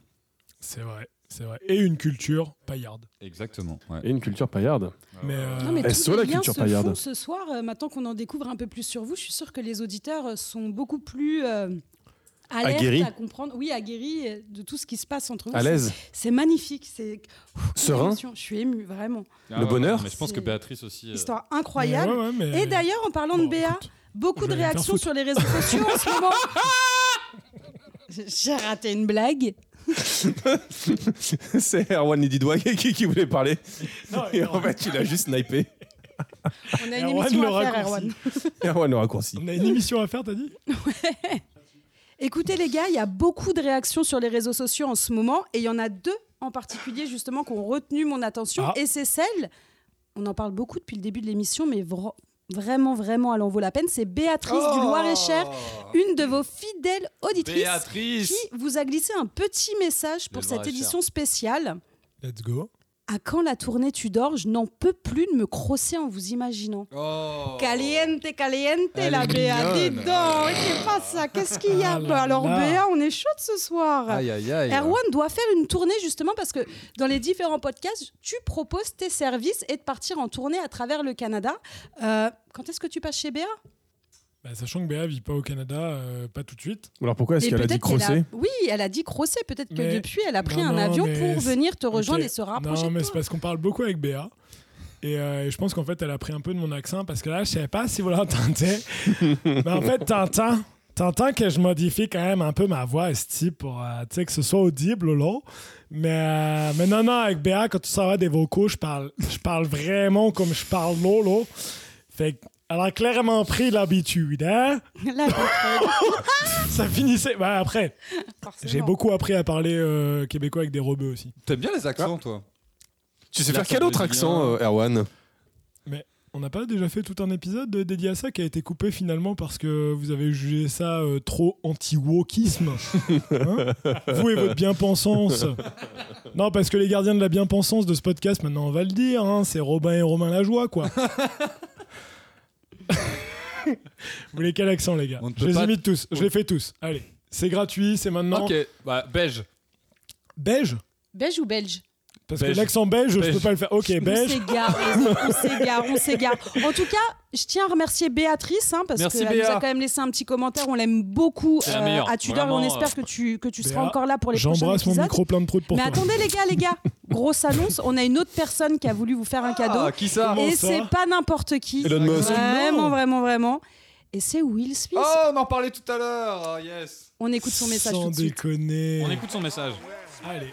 S5: C'est vrai, c'est vrai. Et une culture paillarde.
S2: Exactement. ouais.
S3: Et une culture (laughs) paillarde.
S2: Ah
S5: Mais, euh,
S1: Non, mais
S3: Elle
S1: tous
S3: saoule
S1: les
S3: la
S1: liens
S3: culture
S1: se
S3: paillarde.
S1: font ce soir. Euh, maintenant qu'on en découvre un peu plus sur vous, je suis sûre que les auditeurs euh, sont beaucoup plus euh, alertes
S3: Aguerris.
S1: à comprendre. Oui, aguerris euh, de tout ce qui se passe entre vous.
S3: À (laughs) l'aise.
S1: C'est- C'est magnifique. C'est Ouh, quelle
S3: Serein.
S1: émotion. Je suis émue, vraiment.
S2: Ah,
S3: Le
S2: ouais,
S3: bonheur.
S2: ouais, Mais je pense que
S1: C'est-
S2: Béatrice aussi. euh,
S1: Histoire incroyable.
S5: mais ouais, ouais, mais-
S1: Et d'ailleurs, en parlant de
S5: Bon,
S1: Béa,
S5: écoute,
S1: beaucoup
S5: je
S1: de
S5: vais aller me faire
S1: réactions
S5: foutre.
S1: sur les réseaux sociaux en
S5: (laughs)
S1: ce moment. J'ai raté une blague.
S3: c'est Erwan les 10 doigts qui, qui voulait parler.
S5: Non,
S3: Et en fait, il a juste snipé.
S1: On a une
S5: Erwan,
S1: émission
S5: le
S1: à faire,
S5: raccourci.
S1: Erwan.
S6: Erwan le raccourci.
S5: On a une émission à faire, t'as dit
S1: Écoutez les gars, il y a beaucoup de réactions sur les réseaux sociaux en ce moment et il y en a deux en particulier justement qui ont retenu mon attention
S5: Ah.
S1: et c'est celle, on en parle beaucoup depuis le début de l'émission mais vra- vraiment vraiment elle en vaut la peine, c'est Béatrice
S2: Oh.
S1: du Loir-et-Cher, une de vos fidèles auditrices
S2: Béatrice
S1: qui vous a glissé un petit message pour
S2: Le
S1: cette
S2: Loir-et-Cher.
S1: édition spéciale.
S5: Let's go.
S1: À quand la tournée Tudor Je n'en peux plus de me crosser en vous imaginant.
S2: Oh.
S1: Caliente, caliente,
S2: Elle
S1: la
S2: est
S1: Béa, dis
S2: mignonne. Ah
S1: donc, c'est pas ça, qu'est-ce qu'il y a
S5: Ah là
S1: Bah Alors
S5: là.
S1: Béa, on est chaude ce soir.
S2: Aïe, aïe, aïe.
S1: Erwan doit faire une tournée justement parce que dans les différents podcasts, tu proposes tes services et de partir en tournée à travers le Canada. Euh, quand est-ce que tu passes chez Béa
S5: Bah, sachant que Béa vit pas au Canada, euh, pas tout de suite.
S6: Alors pourquoi est-ce
S1: Et
S6: qu'elle a dit
S1: peut-être qu'elle a-
S6: crosser
S1: Oui, elle a dit crosser. Peut-être que
S5: Mais-
S1: depuis, elle a pris
S5: Non,
S1: un
S5: non,
S1: avion
S5: mais
S1: pour
S5: c'est-
S1: venir te rejoindre
S5: Ok.
S1: et se rapprocher
S5: Non, mais
S1: de
S5: c'est
S1: (laughs) toi.
S5: parce qu'on parle beaucoup avec Béa. Et, euh, et je pense qu'en fait, elle a pris un peu de mon accent parce que là, je savais pas si vous l'entendez. mais en fait, t'entends, t'entends que je modifie quand même un peu ma voix, esti, pour euh, tu sais, que ce soit audible ou l'autre. Mais, euh, mais non, non, avec Béa, quand tu sors des vocaux, je parle, je parle vraiment comme je parle l'eau, l'eau. Fait que, elle a clairement pris l'habitude, hein?
S1: La boucle,
S5: Ça finissait. Bah après,
S1: forcément.
S5: j'ai beaucoup appris à parler euh, québécois avec des rebeux aussi.
S2: Ah. T'aimes bien les accents, toi
S5: Ah.
S6: Tu sais
S2: Là,
S6: faire
S2: ça
S6: quel
S2: me
S6: autre
S2: dit
S6: accent,
S2: bien.
S6: euh, Erwan
S5: On n'a pas déjà fait tout un épisode dédié à ça qui a été coupé finalement parce que vous avez jugé ça euh, trop anti-wokisme. Hein vous et votre bien-pensance. Non, parce que les gardiens de la bien-pensance de ce podcast, maintenant on va le dire, hein, c'est Robin et Romain Lajoie, quoi. vous voulez quel accent, les gars
S2: On ne peut
S5: Je les
S2: pas-
S5: imite tous, je les fais tous. Allez, c'est gratuit, c'est maintenant.
S2: Ok, bah, belge.
S5: Beige
S1: Belge ou belge
S5: Parce
S2: Beige.
S5: que l'accent belge, je
S2: Beige.
S5: peux pas le faire. Ok,
S1: On
S5: beige.
S1: s'égare, les autres, on s'égare, on s'égare. En tout cas, je tiens à remercier Béatrice hein, parce
S2: Merci,
S1: qu'elle nous
S2: Béa.
S1: a quand même laissé un petit commentaire. On l'aime beaucoup
S2: C'est la
S1: euh,
S2: meilleure,
S1: à Tudor et on
S2: vraiment,
S1: espère
S2: euh,
S1: que tu, que tu seras
S5: Béa,
S1: encore là pour les prochains
S5: J'embrasse mon
S1: épisodes.
S5: micro plein de trous de pour
S1: Mais
S5: toi.
S1: attendez les gars, les gars, grosse annonce, on a une autre personne qui a voulu vous faire un cadeau.
S2: Ah, qui ça
S5: Comment
S1: et
S5: ça
S1: c'est pas n'importe qui.
S6: Elon Musk.
S1: Vraiment,
S5: Non.
S1: vraiment, vraiment. Et c'est Will Smith.
S2: Oh, on en parlait tout à l'heure. Ah, yes.
S1: On écoute son message
S5: Sans
S1: tout de suite.
S5: déconner.
S2: On écoute son message.
S5: Allez.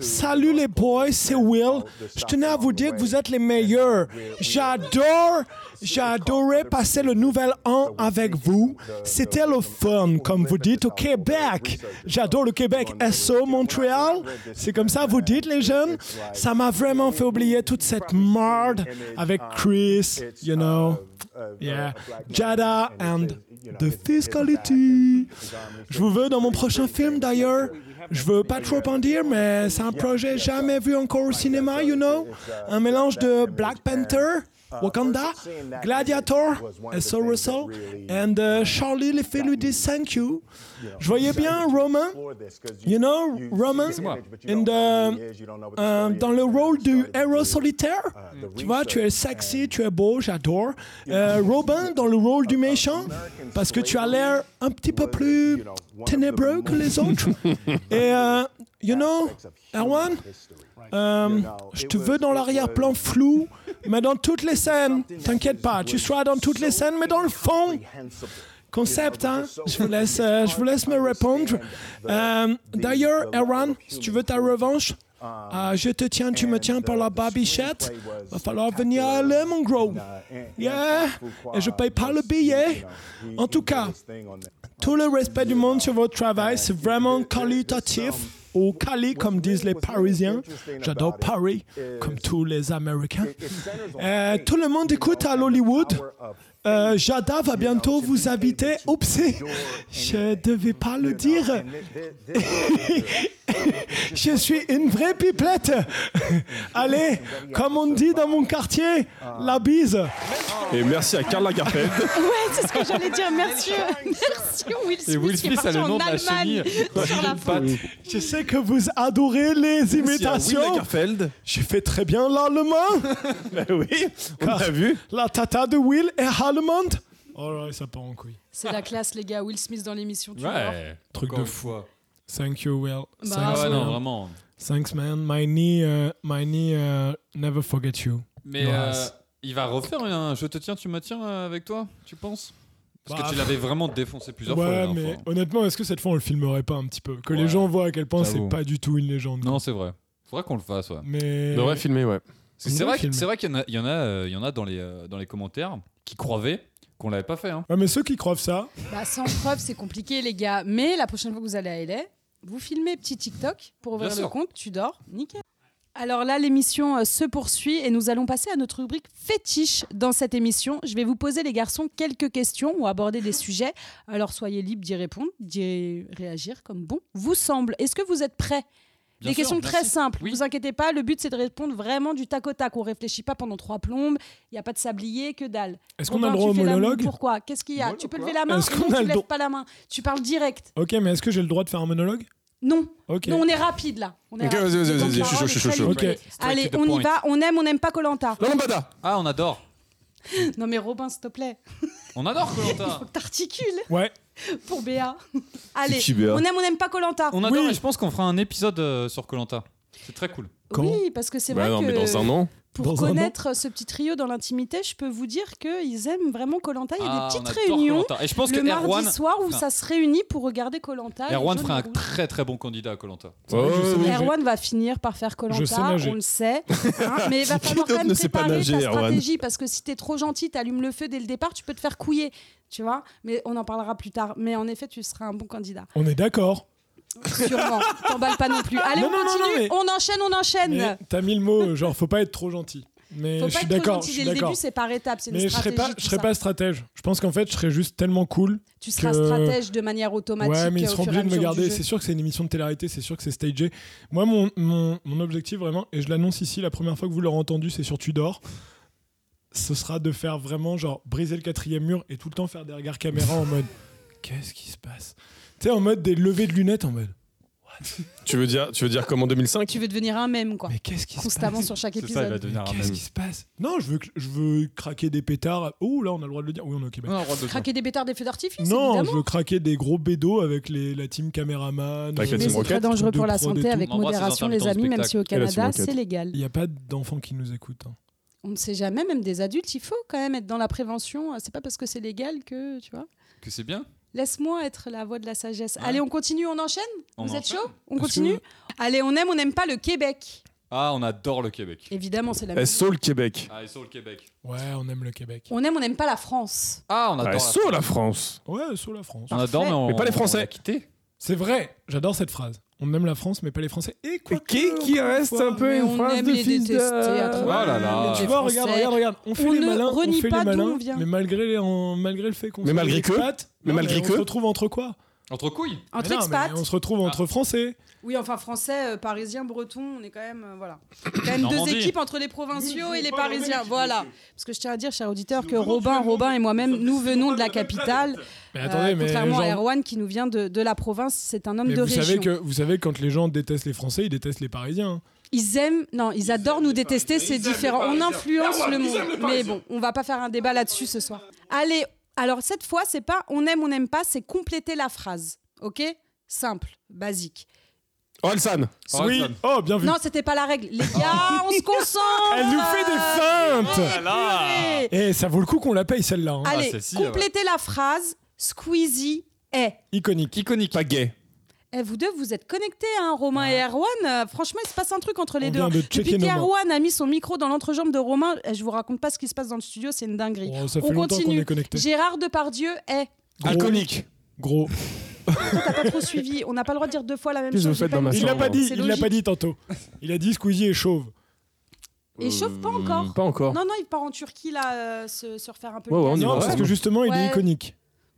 S5: Salut les boys, c'est Will. Je tenais à vous dire que vous êtes les meilleurs. J'adore, j'adorais passer le nouvel an avec vous. C'était le fun, comme vous dites au Québec. J'adore le Québec. SO Montréal, c'est comme ça vous dites les jeunes. Ça m'a vraiment fait oublier toute cette merde avec Chris, you know. Yeah, Jada and the Fiscality. Je vous veux dans mon prochain film d'ailleurs. Je veux pas trop en dire, mais c'est un projet jamais vu encore au cinéma, you know. Un mélange de Black Panther, Wakanda, Gladiator, S.O. Russell, and euh, Charlie les filles lui disent thank you. Je voyais bien Roman, you know, Roman, in the- euh, dans le rôle du héros solitaire. Tu vois, tu es sexy, tu es beau, j'adore. Euh, Robin dans le rôle du méchant, parce que tu as l'air un petit peu plus ténébreux que les (laughs) autres. Et, euh, you know, Erwan, euh, je te veux dans l'arrière-plan flou, mais dans toutes les scènes. hein. T'inquiète pas, tu seras dans toutes les scènes, mais dans le fond. Concept, hein je, vous laisse, euh, je vous laisse me répondre. Euh, D'ailleurs, Erwan, si tu veux ta revanche, euh, je te tiens, tu me tiens par la babichette. Va falloir venir à l'heure, mon gros. Yeah! Et je paye pas le billet. En tout cas, tout le respect du monde sur votre travail, c'est vraiment qualitatif. Ou Cali, comme disent les Parisiens. J'adore Paris, comme tous les Américains. Euh, tout le monde écoute à l'Hollywood. Euh, Jada va bientôt vous habiter. Oups, (laughs) je devais pas le dire. Je suis une vraie pipelette. (laughs) Allez, comme on dit dans mon quartier,
S2: Ah.
S5: la bise.
S6: Et merci à Karl
S3: (laughs)
S6: Lagerfeld.
S1: Ouais, c'est ce que j'allais dire. Merci, (laughs) merci Will Smith.
S2: Et Will
S1: qui est
S2: Smith a
S1: parti
S2: le nom
S1: en
S2: de la chenille.
S1: Allemagne sur la
S5: Ah
S2: Pat.
S5: Je sais que vous adorez les
S6: Merci à Will
S5: imitations.
S6: Lagerfeld.
S5: Je fais très bien
S2: (laughs)
S5: l'allemand.
S6: Ben oui, on
S5: Car-
S6: l'a vu.
S5: La tata de Will est allemande. Oh là, ça part en couille.
S1: C'est la classe, les gars. Will Smith dans l'émission. Tu vois.
S2: Ouais.
S5: Truc
S2: Encore
S5: de
S2: une
S5: fou.
S2: fois.
S5: Thank you, Will.
S1: Bah,
S2: Ah
S1: Thanks,
S2: ouais, non, vraiment.
S5: Thanks, man. My knee, uh, my knee, uh, never forget you.
S2: Mais
S5: Your
S2: euh,
S5: ass.
S2: il va refaire un Je te tiens, tu me tiens euh, avec toi, tu penses Parce
S5: Bah,
S2: que tu l'avais vraiment défoncé plusieurs fois. la
S5: ouais,
S2: dernière
S5: mais
S2: fois.
S5: honnêtement, est-ce que cette fois on le filmerait pas un petit peu Que les
S2: Ouais.
S5: gens voient à quel point c'est
S2: J'avoue.
S5: pas du tout une légende.
S2: Non, c'est vrai. Faudrait qu'on le fasse, ouais.
S5: Mais.
S6: On devrait filmer, ouais.
S2: Parce que
S5: Ils
S2: C'est
S5: l'ont
S2: vrai, que-
S5: filmé.
S2: c'est vrai qu'il y en a, il y en a, euh, il y en a dans les euh, dans les commentaires qui croyaient qu'on l'avait pas fait. hein.
S5: Ouais, mais ceux qui croivent ça,
S1: Bah, sans preuve, c'est compliqué, les gars. Mais la prochaine fois que vous allez à LA, vous filmez petit TikTok pour ouvrir
S2: Bien
S1: le
S2: sûr.
S1: compte, tu dors, nickel. Alors là, l'émission euh, se poursuit et nous allons passer à notre rubrique fétiche dans cette émission. Je vais vous poser, les garçons, quelques questions ou aborder des sujets. Alors soyez libres d'y répondre, d'y réagir comme bon vous semble. Est-ce que vous êtes prêts
S2: Bien
S1: des
S2: sûr,
S1: questions
S2: merci.
S1: très simples.
S2: Oui.
S1: Vous inquiétez pas, le but c'est de répondre vraiment du tac au tac. On réfléchit pas pendant trois plombes. Il n'y a pas de sablier, que dalle.
S5: est-ce qu'on a
S1: Robin,
S5: le droit au
S1: tu fais la main,
S5: monologue
S1: Pourquoi Qu'est-ce qu'il y a
S6: Voilà,
S1: Tu peux
S6: quoi.
S1: lever la main
S5: Est-ce
S1: ou
S5: qu'on
S1: non,
S5: a
S1: tu
S5: le
S1: lèves
S5: droit
S1: pas la main. Tu parles direct.
S5: Ok, mais est-ce que j'ai le droit de faire un monologue
S1: Non.
S5: Ok.
S1: Non, on est rapide là. On est
S3: Ok,
S1: rapide.
S3: vas-y, vas-y,
S1: Les
S3: vas-y,
S1: temps de
S3: je suis chaud,
S1: parole
S3: je suis
S1: est très
S3: chaud,
S5: je suis
S1: limité.
S2: chaud. Ok.
S1: Allez,
S2: Straight to the
S1: on
S2: point.
S1: y va. On aime, on n'aime pas Colanta.
S3: La lambada
S2: Ah, on adore,
S1: Non mais Robin, s'il te plaît,
S2: on adore Colanta.
S1: t'articules (laughs)
S5: Ouais.
S1: pour Béa. Allez,
S6: qui, Béa
S1: on aime, on n'aime pas Colanta.
S2: On adore
S5: Oui.
S2: et je pense qu'on fera un épisode euh, sur Colanta. C'est très cool.
S1: Oui, parce que c'est
S3: Bah
S1: vrai
S3: non,
S1: que
S3: mais dans un an.
S1: pour
S5: Dans un an.
S1: connaître ce petit trio dans l'intimité, je peux vous dire qu'ils aiment vraiment Colanta. Il y a
S2: Ah,
S1: des petites
S2: on adore
S1: réunions
S2: Koh-Lanta. Et je pense
S1: le
S2: que
S1: mardi
S2: Erwan,
S1: soir où
S2: enfin-
S1: ça se réunit pour regarder Colanta.
S2: Erwan ferait un très très bon candidat à Colanta.
S5: C'est vrai que je
S3: Ouais,
S5: sais
S3: ouais,
S5: nager.
S1: Erwan va finir par faire
S5: Je sais
S1: Colanta,
S5: nager.
S1: on le sait.
S5: (laughs)
S1: hein, mais il va
S6: Qui
S1: falloir quand
S6: d'autre
S1: même
S6: ne sait pas
S1: préparer
S6: nager,
S1: ta
S6: Erwan
S1: stratégie parce que si t'es trop gentil, t'allumes le feu dès le départ, tu peux te faire couiller. Tu vois, mais on en parlera plus tard. Mais en effet, tu seras un bon candidat.
S5: On
S1: (laughs)
S5: est d'accord. (laughs)
S1: Sûrement. T'emballes pas non plus. Allez,
S5: Non,
S1: on
S5: non, non,
S1: continue.
S5: non,
S1: On enchaîne, on enchaîne.
S5: Mais T'as mis le mot, euh, genre faut pas être trop gentil. Mais
S1: Faut
S5: je
S1: pas
S5: suis
S1: être trop
S5: d'accord. Je
S1: gentil
S5: suis
S1: dès le
S5: d'accord.
S1: début, c'est par étapes. C'est une
S5: Mais je serais
S1: stratégie.
S5: pas,
S1: tout
S5: je serais
S1: ça.
S5: pas stratège. Je pense qu'en fait, je serais juste tellement cool.
S1: Tu seras
S5: que-
S1: stratège de manière automatique.
S5: Ouais, mais ils
S1: euh, au
S5: seront
S1: fur et à
S5: obligés de me
S1: mesure du
S5: garder.
S1: jeu.
S5: C'est sûr que c'est une émission de télé-réalité, c'est sûr que c'est stagé. Moi, mon, mon, mon objectif vraiment, et je l'annonce ici, la première fois que vous l'aurez entendu, c'est sur Tudor. Ce sera de faire vraiment, genre, briser le quatrième mur et tout le temps faire des regards caméra
S1: (laughs)
S5: en mode Qu'est-ce qui se passe Tu sais, en mode des levées de lunettes, en mode
S3: Tu veux dire, tu veux dire comme en 2005
S1: Tu veux devenir un mème, quoi.
S5: Mais qu'est-ce qui se passe
S1: Constamment sur chaque
S2: C'est ça, il va
S1: épisode.
S2: devenir un
S5: Qu'est-ce qui se passe Non, je veux, que- je veux craquer des pétards. Oh, là, on a le droit de le dire. Oui, on est au Québec.
S1: Craquer des pétards, des feux d'artifice,
S5: Non,
S1: évidemment.
S5: je veux craquer des gros bédos avec les, la team caméraman.
S3: Avec la
S1: Mais
S5: euh,
S3: team
S1: c'est
S3: Rocket,
S1: très dangereux
S5: de
S1: pour la
S5: prod et
S1: santé
S5: tout.
S1: avec
S2: On embrasse les
S1: modération, les
S2: intermittents
S1: amis,
S2: du
S1: même
S2: spectacle.
S1: si au
S3: Et la team
S1: Canada,
S3: Rocket.
S1: c'est légal.
S5: Il n'y a pas d'enfants qui nous écoutent. hein.
S1: On ne sait jamais, même des adultes, il faut quand même être dans la prévention. C'est pas parce que c'est légal que, tu vois.
S2: Que c'est bien.
S1: Laisse-moi être la voix de la sagesse.
S2: Ouais.
S1: Allez, on continue, on enchaîne
S2: On
S1: Vous êtes
S2: enchaîne.
S1: chaud On
S5: Est-ce
S1: continue
S5: que-
S1: Allez, on aime, on n'aime pas le Québec.
S2: Ah, on adore le Québec.
S1: Évidemment, c'est la même.
S3: SO le Québec.
S2: Ah, SO le Québec.
S5: Ouais, on aime le Québec.
S1: On aime, on n'aime pas la France.
S2: Ah, on adore. la
S3: SO la France
S5: Ouais, sur la France.
S3: Ah.
S2: On adore, mais, on,
S3: Mais pas les Français.
S2: on l'a quitté.
S5: C'est vrai, j'adore cette phrase. On aime la France, mais pas les Français. Et quoi que, encore une fois,
S1: peu Mais une on phrase aime de les fils de- détester à travers
S2: Oh là là.
S5: Tu
S2: les
S5: vois, regarde,
S1: Français.
S5: regarde, regarde. On fait
S1: On
S5: les
S1: ne
S5: malins, on
S1: renie
S5: fait
S1: pas
S5: les
S1: d'où
S5: malins.
S1: on vient.
S5: Mais malgré, les, en- malgré le fait qu'on
S3: Mais
S5: soit
S3: malgré
S5: des
S3: que-
S5: expats,
S3: mais
S5: non,
S3: malgré
S5: on
S3: que-
S5: se retrouve entre quoi
S2: Entre couilles.
S1: Entre
S5: Mais non, mais
S1: expats.
S5: On se retrouve
S3: Ah.
S5: entre Français.
S1: Oui, enfin français, euh, parisien, breton, on est quand même euh,
S5: (coughs)
S1: voilà. Quand même deux
S2: Normandie.
S1: équipes entre les provinciaux et les parisiens, voilà. Parce que je tiens à dire, cher auditeur, que
S6: venons du
S1: Robin,
S6: même
S1: Robin
S6: monde.
S1: et moi-même,
S6: Nous sommes
S1: nous
S6: tous
S1: venons
S6: rois
S1: de la
S6: de la
S1: capitale.
S5: Mais
S1: euh,
S5: attendez, mais.
S1: contrairement à
S5: genre-
S1: Erwan qui nous vient de, de la province, c'est un homme
S5: mais
S1: de
S5: vous
S1: région.
S5: savez que vous savez quand les gens détestent les Français, ils détestent les Parisiens.
S1: Ils aiment, non, ils adorent nous détester, c'est
S6: Ils aiment
S1: différent.
S6: les
S1: On
S6: Parisiens.
S1: influence
S6: Ah ouais,
S1: le
S6: ils
S1: monde.
S6: aiment les
S1: Mais
S6: Parisiens.
S1: bon, on va pas faire un débat là-dessus ce soir. Allez, alors cette fois, c'est pas on aime, on n'aime pas, c'est compléter la phrase. OK Simple, basique.
S3: Orelsan
S5: Oui.
S2: Orelsan.
S5: Oh, bien vu.
S1: Non, c'était pas la règle. Les gars, on se concentre
S5: Elle nous fait des feintes.
S1: Purée.
S5: Eh, ça vaut le coup qu'on la paye celle-là. hein.
S1: Allez,
S2: celle-ci,
S1: complétez la phrase. Squeezie est.
S5: Iconique.
S2: Iconique.
S3: Pas gay.
S1: Eh, vous deux, vous êtes connectés, hein, Romain et Erwan. Euh, franchement, il se passe un truc entre les
S5: On
S1: deux. Hein.
S5: vient de
S1: Depuis
S5: checker nos mains.
S1: qu'Erwan a mis son micro dans l'entrejambe de Romain, eh, je vous raconte pas ce qui se passe dans le studio, c'est une dinguerie.
S5: Oh, ça fait
S1: On
S5: longtemps qu'on
S1: continue.
S5: est connecté.
S1: Gérard Depardieu est.
S5: Gros.
S3: Alcoolique.
S5: Gros.
S1: Toi, T'as pas trop suivi. On n'a pas le droit de dire deux fois la même
S3: Qu'est-ce que
S1: chose.
S3: vous faites
S1: j'ai pas
S3: dans ma
S1: compris.
S5: Il l'a pas dit,
S1: C'est
S5: il l'a pas
S1: logique.
S5: dit tantôt. Il a dit Squeezie est chauve.
S1: Et chauffe pas
S3: Euh,
S1: encore.
S3: Pas encore.
S1: Non, non, il part en Turquie là, euh, se, se refaire un peu.
S3: Ouais,
S1: le
S3: ouais, on
S1: gaz.
S3: y
S5: Non,
S3: va.
S5: parce
S3: ouais.
S5: que justement, il est
S1: Ouais.
S5: iconique.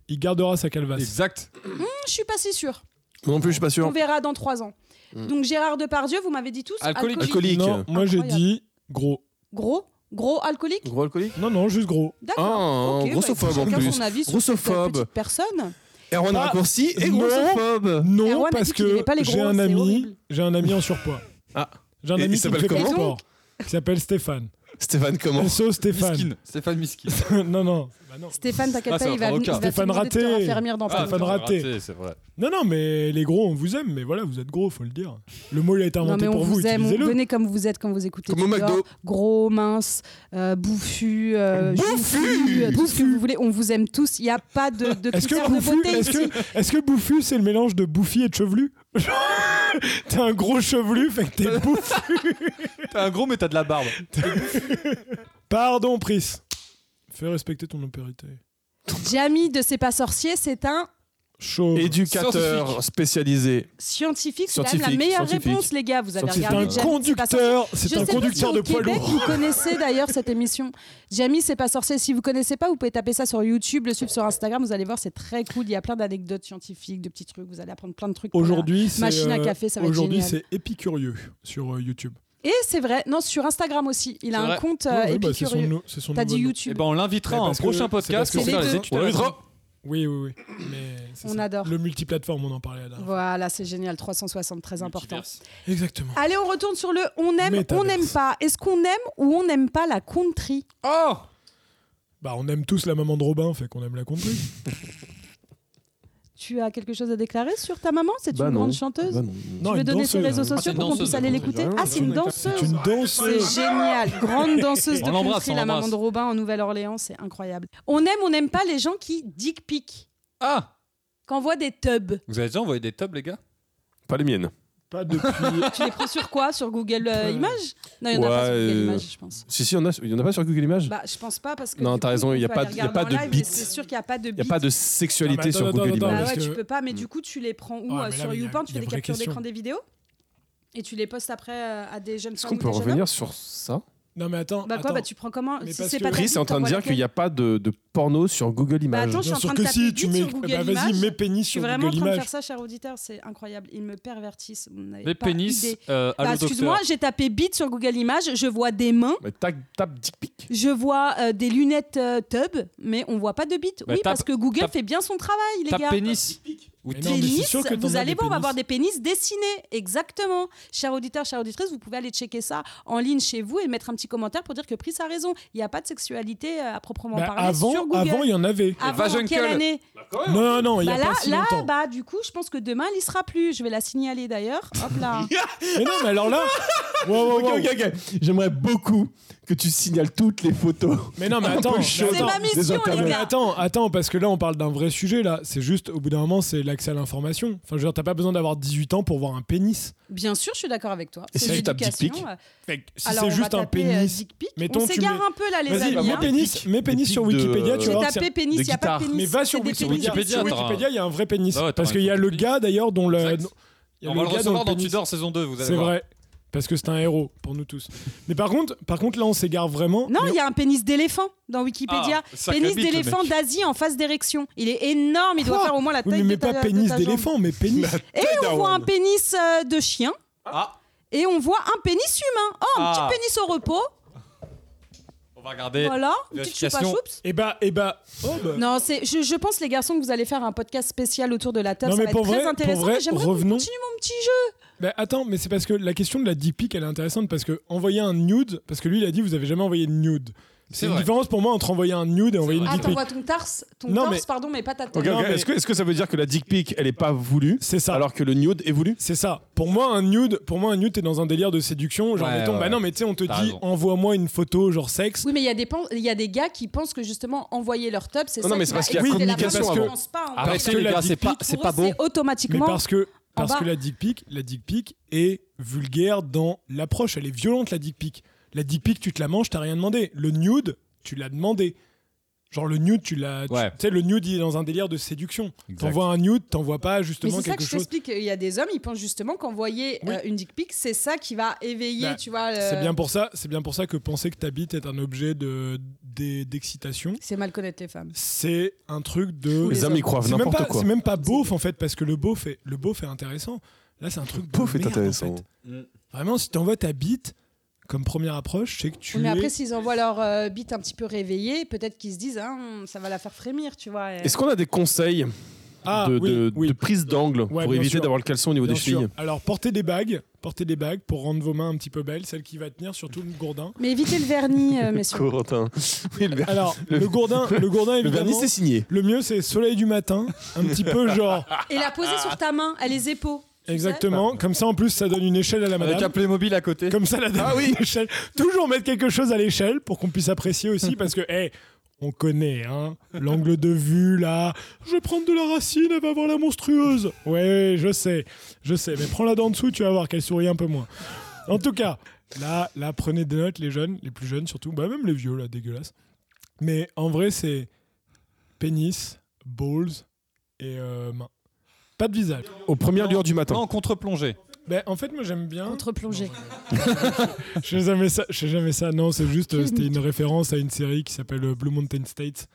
S5: Il gardera sa calvasse.
S2: Exact.
S1: Hmm, Je suis pas si sûre.
S3: Moi non plus, je suis pas
S1: On
S3: sûr.
S1: verra dans trois ans.
S3: Mm.
S1: Donc Gérard Depardieu, vous m'avez dit tous.
S2: Alcoolique.
S3: Alcoolique.
S5: Non, moi j'ai
S1: Incroyable.
S5: dit gros.
S1: Gros, gros alcoolique.
S3: Gros alcoolique
S5: Non, non, juste gros.
S3: Ah,
S1: D'accord.
S3: un
S1: Ok, bah,
S3: grossophobe en
S1: chacun
S3: plus.
S1: son avis sur
S3: Grossophobe.
S1: cette petite personne.
S3: Erwan
S5: Ah,
S3: Raccourci et
S5: non.
S3: grossophobe.
S5: Non,
S1: Erwan a dit
S5: parce
S1: qu'il aimait
S5: que
S1: pas les
S5: j'ai
S1: gros,
S5: un
S1: c'est
S5: ami,
S1: horrible.
S5: j'ai un ami en surpoids.
S3: (laughs) Ah.
S5: J'ai un
S3: Et- il
S5: ami qui
S3: s'appelle
S5: fait pas
S3: comment
S5: de
S1: Et
S5: sport. Qui s'appelle Stéphane.
S3: Stéphane, comment
S5: SO Stéphane.
S2: Miskin. Stéphane Miskin.
S5: (laughs) non, non. Bah non.
S1: Stéphane, t'inquiète
S2: Ah,
S1: pas,
S2: c'est
S1: il va,
S2: un
S1: venir- il va
S5: Stéphane
S1: te demander de te
S5: raté.
S1: raffermir dans ta
S5: Ah, Stéphane
S1: vie.
S2: attends,
S5: raté.
S2: Ah, C'est vrai.
S5: Non, non, mais les gros, on vous aime, mais voilà, vous êtes gros, faut le dire. Le mot il a été
S1: Non
S5: inventé
S1: mais on
S5: pour
S1: vous, aime, on-
S5: utilisez-le.
S1: venez comme vous êtes quand vous écoutez.
S3: Comme au
S1: Tudor.
S3: McDo.
S1: Gros, mince, euh, bouffu, euh,
S3: Bouffu
S1: joufflu, tout ce que vous voulez. On vous aime tous. Il n'y a pas de, de
S5: Est-ce que
S1: critères de
S5: bouffu,
S1: beauté
S5: est-ce
S1: ici.
S5: que, est-ce que bouffu, c'est le mélange de bouffi et de chevelu (laughs) T'es un gros chevelu, fait que t'es bouffe.
S2: T'as un gros, mais t'as de la barbe.
S5: Pardon, Pris. Fais respecter ton opérité.
S1: Jamie de C'est pas sorcier, c'est un
S5: Chauve.
S6: Éducateur
S2: Scientifique.
S6: spécialisé.
S1: scientifique. C'est quand même la
S6: Scientifique,
S1: meilleure
S6: scientifique.
S1: réponse, les gars. Vous avez
S6: Scientifique.
S5: C'est
S1: regardé
S5: un
S1: Jamie, c'est pas sorcier.
S5: conducteur,
S1: Je
S5: c'est un
S1: sais pas
S5: conducteur
S1: si
S5: de
S1: au
S5: poids
S1: Québec,
S5: lourd.
S1: Vous connaissez d'ailleurs
S5: (laughs)
S1: cette émission. Jamie, c'est pas sorcier. Si vous connaissez pas, vous pouvez taper ça sur YouTube, le suivre sur Instagram. Vous allez voir, c'est très cool. Il y a plein d'anecdotes scientifiques, de petits trucs. Vous allez apprendre plein de trucs. pour la-
S5: Aujourd'hui, c'est
S1: Machine à
S5: euh,
S1: café, ça va être
S5: Aujourd'hui,
S1: génial.
S5: c'est épicurieux sur euh, YouTube.
S1: Et c'est vrai. Non, sur Instagram aussi. Il a
S2: C'est
S1: un
S2: vrai.
S1: compte
S5: Ouais,
S1: euh,
S5: ouais, bah, c'est son
S1: épicurieux.
S5: nou- c'est son
S1: T'as dit
S5: nouveau nom.
S2: Et
S1: YouTube.
S2: ben on l'invitera
S5: Ouais,
S2: à un
S5: parce que-
S2: prochain
S5: c'est parce
S2: podcast.
S5: que
S2: pour
S1: c'est
S2: faire
S1: les
S2: les
S1: deux.
S2: études.
S6: On l'invitera.
S5: Oui, oui, oui. Mais c'est
S1: On
S5: ça.
S1: adore.
S5: Le multiplateforme, on en parlait là.
S1: Voilà, c'est génial. 360, très important.
S2: Multiverse.
S5: Exactement.
S1: Allez, on retourne sur le on aime, on
S5: Métaverse.
S1: n'aime pas. Est-ce qu'on aime ou on n'aime pas la country
S2: Oh
S5: Bah, on aime tous la maman de Robin, fait qu'on aime la compris.
S1: Tu as quelque chose à déclarer sur ta maman C'est
S6: Bah
S1: une
S6: non.
S1: grande chanteuse
S6: Bah non.
S5: Non,
S1: Tu veux
S5: une
S1: donner ses
S5: danseuse,
S1: réseaux sociaux
S5: hein.
S2: Ah, c'est
S1: pour
S2: une
S1: qu'on puisse
S2: danseuse,
S1: aller
S2: donc,
S1: l'écouter
S6: j'ai rien,
S1: Ah, c'est
S6: j'ai
S1: une
S6: rien.
S5: C'est
S1: danseuse
S5: une
S1: C'est
S5: danseuse.
S1: génial, grande danseuse
S2: On
S1: de
S2: l'embrasse,
S1: country,
S2: on
S1: la maman
S2: l'embrasse.
S1: de Robin en Nouvelle-Orléans, c'est incroyable. On aime, on n'aime pas les gens qui dick pic,
S2: Ah
S1: qu'envoient des tubs.
S2: Vous avez déjà envoyé des tubs, les gars
S6: Pas les miennes.
S5: Pas depuis.
S1: Tu les prends sur quoi Sur Google euh,
S5: Ouais.
S1: Images Non, il n'y en a pas sur
S6: Ouais,
S1: Google
S6: euh,
S1: Images, je pense.
S6: Si, si, il y en a, il y en a pas sur Google Images
S1: Bah, je pense pas parce que.
S6: Non,
S1: du
S6: t'as
S1: coup,
S6: raison,
S1: on
S6: il y a
S1: peut
S6: pas
S1: aller
S6: de- il y a
S1: regarder
S6: pas de
S1: en live,
S6: beat.
S1: mais C'est sûr qu'il n'y a pas de
S6: Il n'y a
S1: beat.
S6: pas de sexualité
S5: Non, mais
S6: sur
S5: attends,
S6: Google
S5: attends,
S1: Bah
S5: attends,
S6: Images.
S5: parce
S1: ouais, tu
S5: que- Mm.
S1: peux pas, mais du coup, tu les prends où
S5: Ouais,
S1: euh,
S5: mais là,
S1: Sur
S5: il y a-
S1: YouPorn, tu
S5: il
S1: fais
S5: y a
S1: des
S5: vraie
S1: captures
S5: question.
S1: d'écran des vidéos et tu les postes après euh, à des jeunes
S6: Est-ce
S1: femmes
S6: qu'on
S1: ou
S6: peut
S1: des jeunes hommes
S6: revenir sur ça
S5: Non, mais attends.
S1: Bah quoi,
S5: attends.
S1: bah tu prends comment
S5: Mais
S1: Si
S5: parce
S1: c'est
S5: que-
S1: pas ta
S6: Chris est en
S1: bite,
S6: train de
S1: t'envoies
S6: dire qu'il n'y a
S1: laquelle
S6: pas de, de porno sur Google
S1: Bah
S6: Images.
S1: attends, je suis
S5: Bien
S1: en
S5: sûr
S1: train de
S5: que
S1: taper
S5: si, tu
S1: bite
S5: mets.
S1: sur Google
S5: Bah vas-y,
S1: Images.
S5: mets pénis
S1: Je suis
S5: sur
S1: vraiment en
S5: Google
S1: train de
S5: Images.
S1: faire ça, cher auditeur, c'est incroyable. Ils me pervertissent. Vous n'avez
S2: Des
S1: pas
S2: pénis
S1: idée.
S2: euh,
S1: Bah,
S2: Allô,
S1: Excuse-moi,
S2: docteur.
S1: j'ai tapé bite sur Google Images, je vois des mains,
S6: Mais tac, tape dick pic.
S1: je vois euh, des lunettes euh, tub, mais on voit pas de bite. oui,
S2: Bah, tape-
S1: parce que Google
S2: tape-
S1: fait bien son travail, les
S2: Tape
S1: gars.
S2: pénis. Ou
S5: Mais
S2: tit-
S5: non, mais c'est
S1: Pénis,
S5: sûr que t'en
S1: vous
S5: as
S1: allez
S5: des
S1: voir, on va
S5: pénis.
S1: avoir des pénis dessinés, exactement. Chers auditeurs, chères auditrices, vous pouvez aller checker ça en ligne chez vous et mettre un petit commentaire pour dire que Pris a raison. Il n'y a pas de sexualité euh, à proprement
S5: Bah,
S1: parler sur
S5: avant,
S1: Google.
S5: avant, il y en avait.
S1: Avant, en
S2: Vagin
S1: quelle
S2: Cull.
S1: année
S5: Non, non, il y
S1: bah
S5: a
S1: là,
S5: pas si
S1: là
S5: longtemps.
S1: bah, du coup, je pense que demain, elle y sera plus. Je vais la signaler d'ailleurs. Hop
S5: (laughs)
S1: là.
S5: Mais non,
S1: (laughs)
S5: mais alors là. Wow, wow,
S6: Ok,
S5: wow.
S6: ok, ok. J'aimerais beaucoup que tu signales toutes les photos.
S5: Mais non, mais
S6: Un
S5: attends.
S6: peu
S5: mais
S6: chaud.
S1: C'est
S5: attends.
S1: ma mission,
S6: des
S1: les
S5: Mais
S1: gars.
S5: attends, attends, parce que là on parle d'un vrai sujet là. C'est juste, au bout d'un moment, c'est l'accès à l'information. Enfin, je veux dire, t'as pas besoin d'avoir 18 ans pour voir un pénis.
S1: Bien sûr, je suis d'accord avec toi.
S6: Et si
S1: C'est
S6: tu tapes dick pic
S1: l'éducation.
S5: Fait que si
S1: Alors, on
S5: c'est
S1: va
S5: juste un
S1: taper, euh,
S5: pénis.
S1: dick pic.
S5: Mettons,
S1: on
S5: tu
S1: s'égare
S5: mets-
S1: un peu là, les
S5: Vas-y,
S1: amis.
S6: bah,
S5: mets
S1: hein.
S6: moi,
S5: pénis,
S6: pics.
S5: mets
S6: Des
S5: pénis sur
S6: pics de-
S5: Wikipédia, tu
S1: J'ai
S5: vas voir. que
S1: tapé
S5: c'est-
S1: pénis,
S6: des
S1: il n'y a pas
S6: guitares.
S1: de pénis.
S5: Mais va sur
S1: c'est des
S5: Wikipédia.
S1: pénis.
S2: Wikipédia,
S5: Sur
S2: t'auras-
S5: Wikipédia, il y a un vrai pénis.
S2: Ah ouais, t'auras
S5: parce
S2: une
S5: qu'il y a
S2: photo
S5: le
S2: de pénis.
S5: gars d'ailleurs dont le.
S2: Exact.
S5: non, il y a
S2: On
S5: le
S2: va le
S5: gars
S2: recevoir
S5: dont
S2: dans
S5: le pénis.
S2: Tudor saison 2, vous allez
S5: C'est
S2: voir.
S5: vrai. Parce que c'est un héros pour nous tous. Mais par contre, par contre là, on s'égare vraiment.
S1: Non,
S5: Mais-
S1: il y a un pénis d'éléphant dans Wikipédia.
S2: Ah, sacré
S1: pénis
S2: bite, le
S1: d'éléphant
S2: mec.
S1: d'Asie en phase d'érection. Il est énorme, il doit
S5: Quoi
S1: faire au moins la
S5: Oui,
S1: taille
S5: mais
S1: de
S5: mets
S1: ta
S5: pas
S1: de
S5: pénis
S1: ta jambe.
S5: d'éléphant, mais pénis.
S1: Et on voit un pénis euh, de chien.
S2: Ah.
S1: Et on voit un pénis humain. Oh, un
S2: Ah.
S1: petit pénis au repos.
S2: On va regarder.
S1: voilà, une petite
S2: vérification.
S1: choupa choups.
S5: Et bah, et bah. oh, bah.
S1: Non, c'est, je, je pense, les garçons, que vous allez faire un podcast spécial autour de la table.
S5: Non,
S1: ça
S5: mais
S1: va
S5: pour
S1: être
S5: vrai-
S1: très
S5: pour
S1: intéressant.
S5: vrai,
S1: mais J'aimerais
S5: revenons.
S1: qu'on continue mon petit jeu.
S5: Bah, attends, mais c'est parce que la question de la dick pic, elle est intéressante parce que envoyer un nude, parce que lui, il a dit vous avez jamais envoyé de nude. C'est
S2: C'est
S5: une
S2: vrai.
S5: différence pour moi entre envoyer un nude et envoyer une
S2: vrai.
S1: Ah,
S5: dick pic.
S1: t'envoies ton tarse, ton
S5: Non,
S1: torse,
S5: mais-
S1: pardon, mais pas ta tête.
S6: Ok,
S5: Non,
S6: ok.
S5: mais-
S6: Est-ce que, est-ce que ça veut dire que la dick pic, elle est pas voulue
S5: C'est ça.
S6: alors que le nude est voulu
S5: C'est ça. Pour moi, un nude, pour moi, un nude, t'es dans un délire de séduction. Genre,
S2: Ouais,
S5: mettons,
S2: ouais,
S5: bah
S2: ouais.
S5: non, mais tu sais, on te dit,
S2: T'as raison.
S5: envoie-moi une photo, genre sexe.
S1: Oui, mais il y, a des pen- il y a des gars qui pensent que justement envoyer leur tub, c'est
S6: Non,
S1: ça.
S6: non, mais
S1: qui
S6: c'est
S1: va
S6: parce qu'il y a
S1: exciter la
S6: communication
S1: personne qui
S5: avant.
S1: pense pas à envoyer
S5: parce
S2: Arrêtez,
S5: que
S1: leur-
S2: les
S5: la
S2: gars,
S5: dick
S2: c'est pas,
S5: pic,
S2: c'est
S1: Pour
S2: pas
S1: eux,
S2: beau.
S1: C'est automatiquement.
S5: Mais parce que, parce
S1: bas.
S5: que la dick pic, la dick pic est vulgaire dans l'approche. Elle est violente, la dick pic. La dick pic, tu te la manges, t'as rien demandé. Le nude, tu l'as demandé. Genre, le nude, tu l'as. tu-
S2: Ouais.
S5: Tu sais, le nude, il est dans un délire de séduction.
S2: Exact.
S5: T'envoies un nude, t'envoies pas
S1: Mais
S5: justement
S1: c'est ça que
S5: quelque
S1: je
S5: chose.
S1: t'explique. euh, Il y a des hommes, ils pensent justement qu'envoyer
S5: Oui.
S1: euh, une dick pic, c'est ça qui va éveiller,
S5: Bah,
S1: tu vois. le-
S5: C'est bien pour ça, c'est bien pour ça que penser que ta bite est un objet de d'e- d'excitation,
S1: C'est mal connaître les femmes.
S5: c'est un truc de.
S1: Les
S6: Les hommes, ils croient
S5: C'est même
S6: n'importe
S5: pas-
S6: quoi.
S5: C'est même pas beauf en fait, parce que le beauf est, le beauf est intéressant. Là, c'est un truc. de
S6: Beauf est
S5: merde,
S6: intéressant.
S5: en fait. Vraiment, si t'envoies ta bite comme première approche, c'est que tu.
S1: mais après,
S5: es-
S1: s'ils envoient leur euh, bite un petit peu réveillée, peut-être qu'ils se disent, Ah, hum, ça va la faire frémir, tu vois. et-
S6: Est-ce qu'on a des conseils
S5: Ah,
S6: de,
S5: oui,
S6: de-
S5: oui,
S6: de prise d'angle
S5: Ouais,
S6: pour
S5: bien
S6: éviter
S5: sûr.
S6: d'avoir le caleçon au niveau
S5: bien
S6: des
S5: sûr.
S6: chevilles
S5: Alors, portez des bagues, portez des bagues pour rendre vos mains un petit peu belles, celle qui va tenir surtout le gourdin.
S1: Mais évitez le vernis, euh, messieurs.
S6: Corentin. Oui, le ver-
S5: Alors, le gourdin, le gourdin
S6: le vernis,
S5: évidemment.
S6: c'est signé.
S5: le mieux, c'est soleil du matin, un petit (laughs) peu genre.
S1: Et la poser sur ta main, à les épaules. tu sais.
S5: Exactement. Comme ça, en plus, ça donne une échelle à la
S2: Avec un
S5: madame.
S2: Playmobil à côté.
S5: Comme ça, la dame
S6: Ah oui.
S5: l'échelle. Toujours mettre quelque chose à l'échelle pour qu'on puisse apprécier aussi, parce que, hé, On connaît, hein L'angle de vue, là. Je vais prendre de la racine, elle va avoir la monstrueuse. Ouais, je sais, je sais. Mais prends-la d'en dessous, tu vas voir qu'elle sourit un peu moins. En tout cas, là, là, prenez des notes, les jeunes, les plus jeunes surtout. Bah, même les vieux, là, dégueulasse. Mais en vrai, c'est pénis, balls et euh, main. Pas de visage.
S3: Aux premières lueurs du
S2: Non,
S3: matin.
S2: en contre-plongée.
S5: Ben, en fait, moi, j'aime bien...
S1: Contre-plongée.
S5: (laughs) Je fais jamais ça. Je fais jamais ça. Non, c'est juste, euh,
S1: (laughs)
S5: c'était une référence à une série qui s'appelle euh, Blue Mountain State,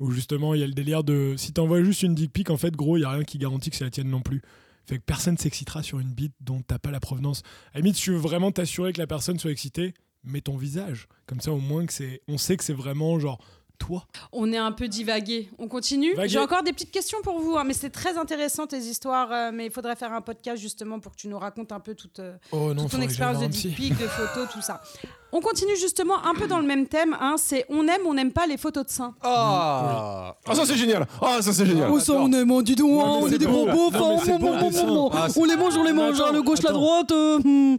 S5: où justement il y a le délire de si t'envoies juste une dick pic, en fait, gros, il y a rien qui garantit que c'est la tienne non plus. Fait que personne s'excitera sur une bite dont t'as pas la provenance. À la limite, si tu veux vraiment t'assurer que la personne soit excitée, mets ton visage. Comme ça, au moins que c'est, on sait que c'est vraiment genre toi.
S1: On est un peu divagué. On continue.
S5: Vagué.
S1: J'ai encore des petites questions pour vous, hein, mais c'est très intéressant tes histoires. euh, mais il faudrait faire un podcast justement pour que tu nous racontes un peu toute, euh,
S5: Oh
S1: toute ton expérience de dick pic, de photos, tout ça. On continue justement un peu dans le même thème. hein, c'est on aime, on n'aime pas les photos de seins.
S2: Ah
S3: Ah, ça c'est génial Ah, ça c'est génial
S7: Oh ça on aime, hein, dis donc, hein,
S5: bah, mais
S7: on
S5: c'est
S7: est des
S5: bon,
S7: gros
S5: là.
S7: beaufs,
S5: Non,
S7: hein,
S5: mais
S7: bon,
S5: c'est bon,
S7: bon, bon,
S5: dessin.
S7: bon.
S2: Ah, c'est-
S7: on les mange, on les mange, hein,
S5: attends,
S7: le gauche, la
S5: attends.
S7: droite. euh, hmm.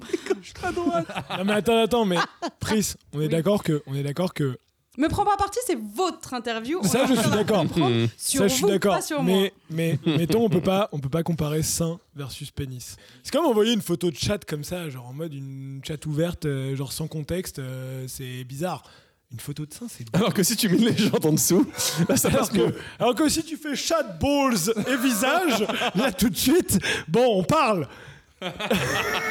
S5: Non mais attends, attends, mais Pris, on est
S1: Oui.
S5: d'accord que, on est
S1: (laughs)
S5: d'accord que.
S1: Me prends pas à partie, c'est votre interview. On
S5: Ça,
S1: va
S5: je
S1: faire
S5: suis
S1: un
S5: d'accord.
S1: prendre Sur
S5: ça, je suis
S1: vous,
S5: d'accord.
S1: pas sur moi.
S5: Mais, (laughs) mais mettons, on peut pas, on peut pas comparer sein versus pénis. C'est comme envoyer une photo de chat comme ça, genre en mode une chat ouverte, euh, genre sans contexte, euh, c'est bizarre. Une photo de sein, c'est.
S3: Alors que si tu mets les gens en dessous, là ça
S5: Alors
S3: passe que.
S5: que, alors que si tu fais chat balls et visage, là tout de suite, bon, on parle.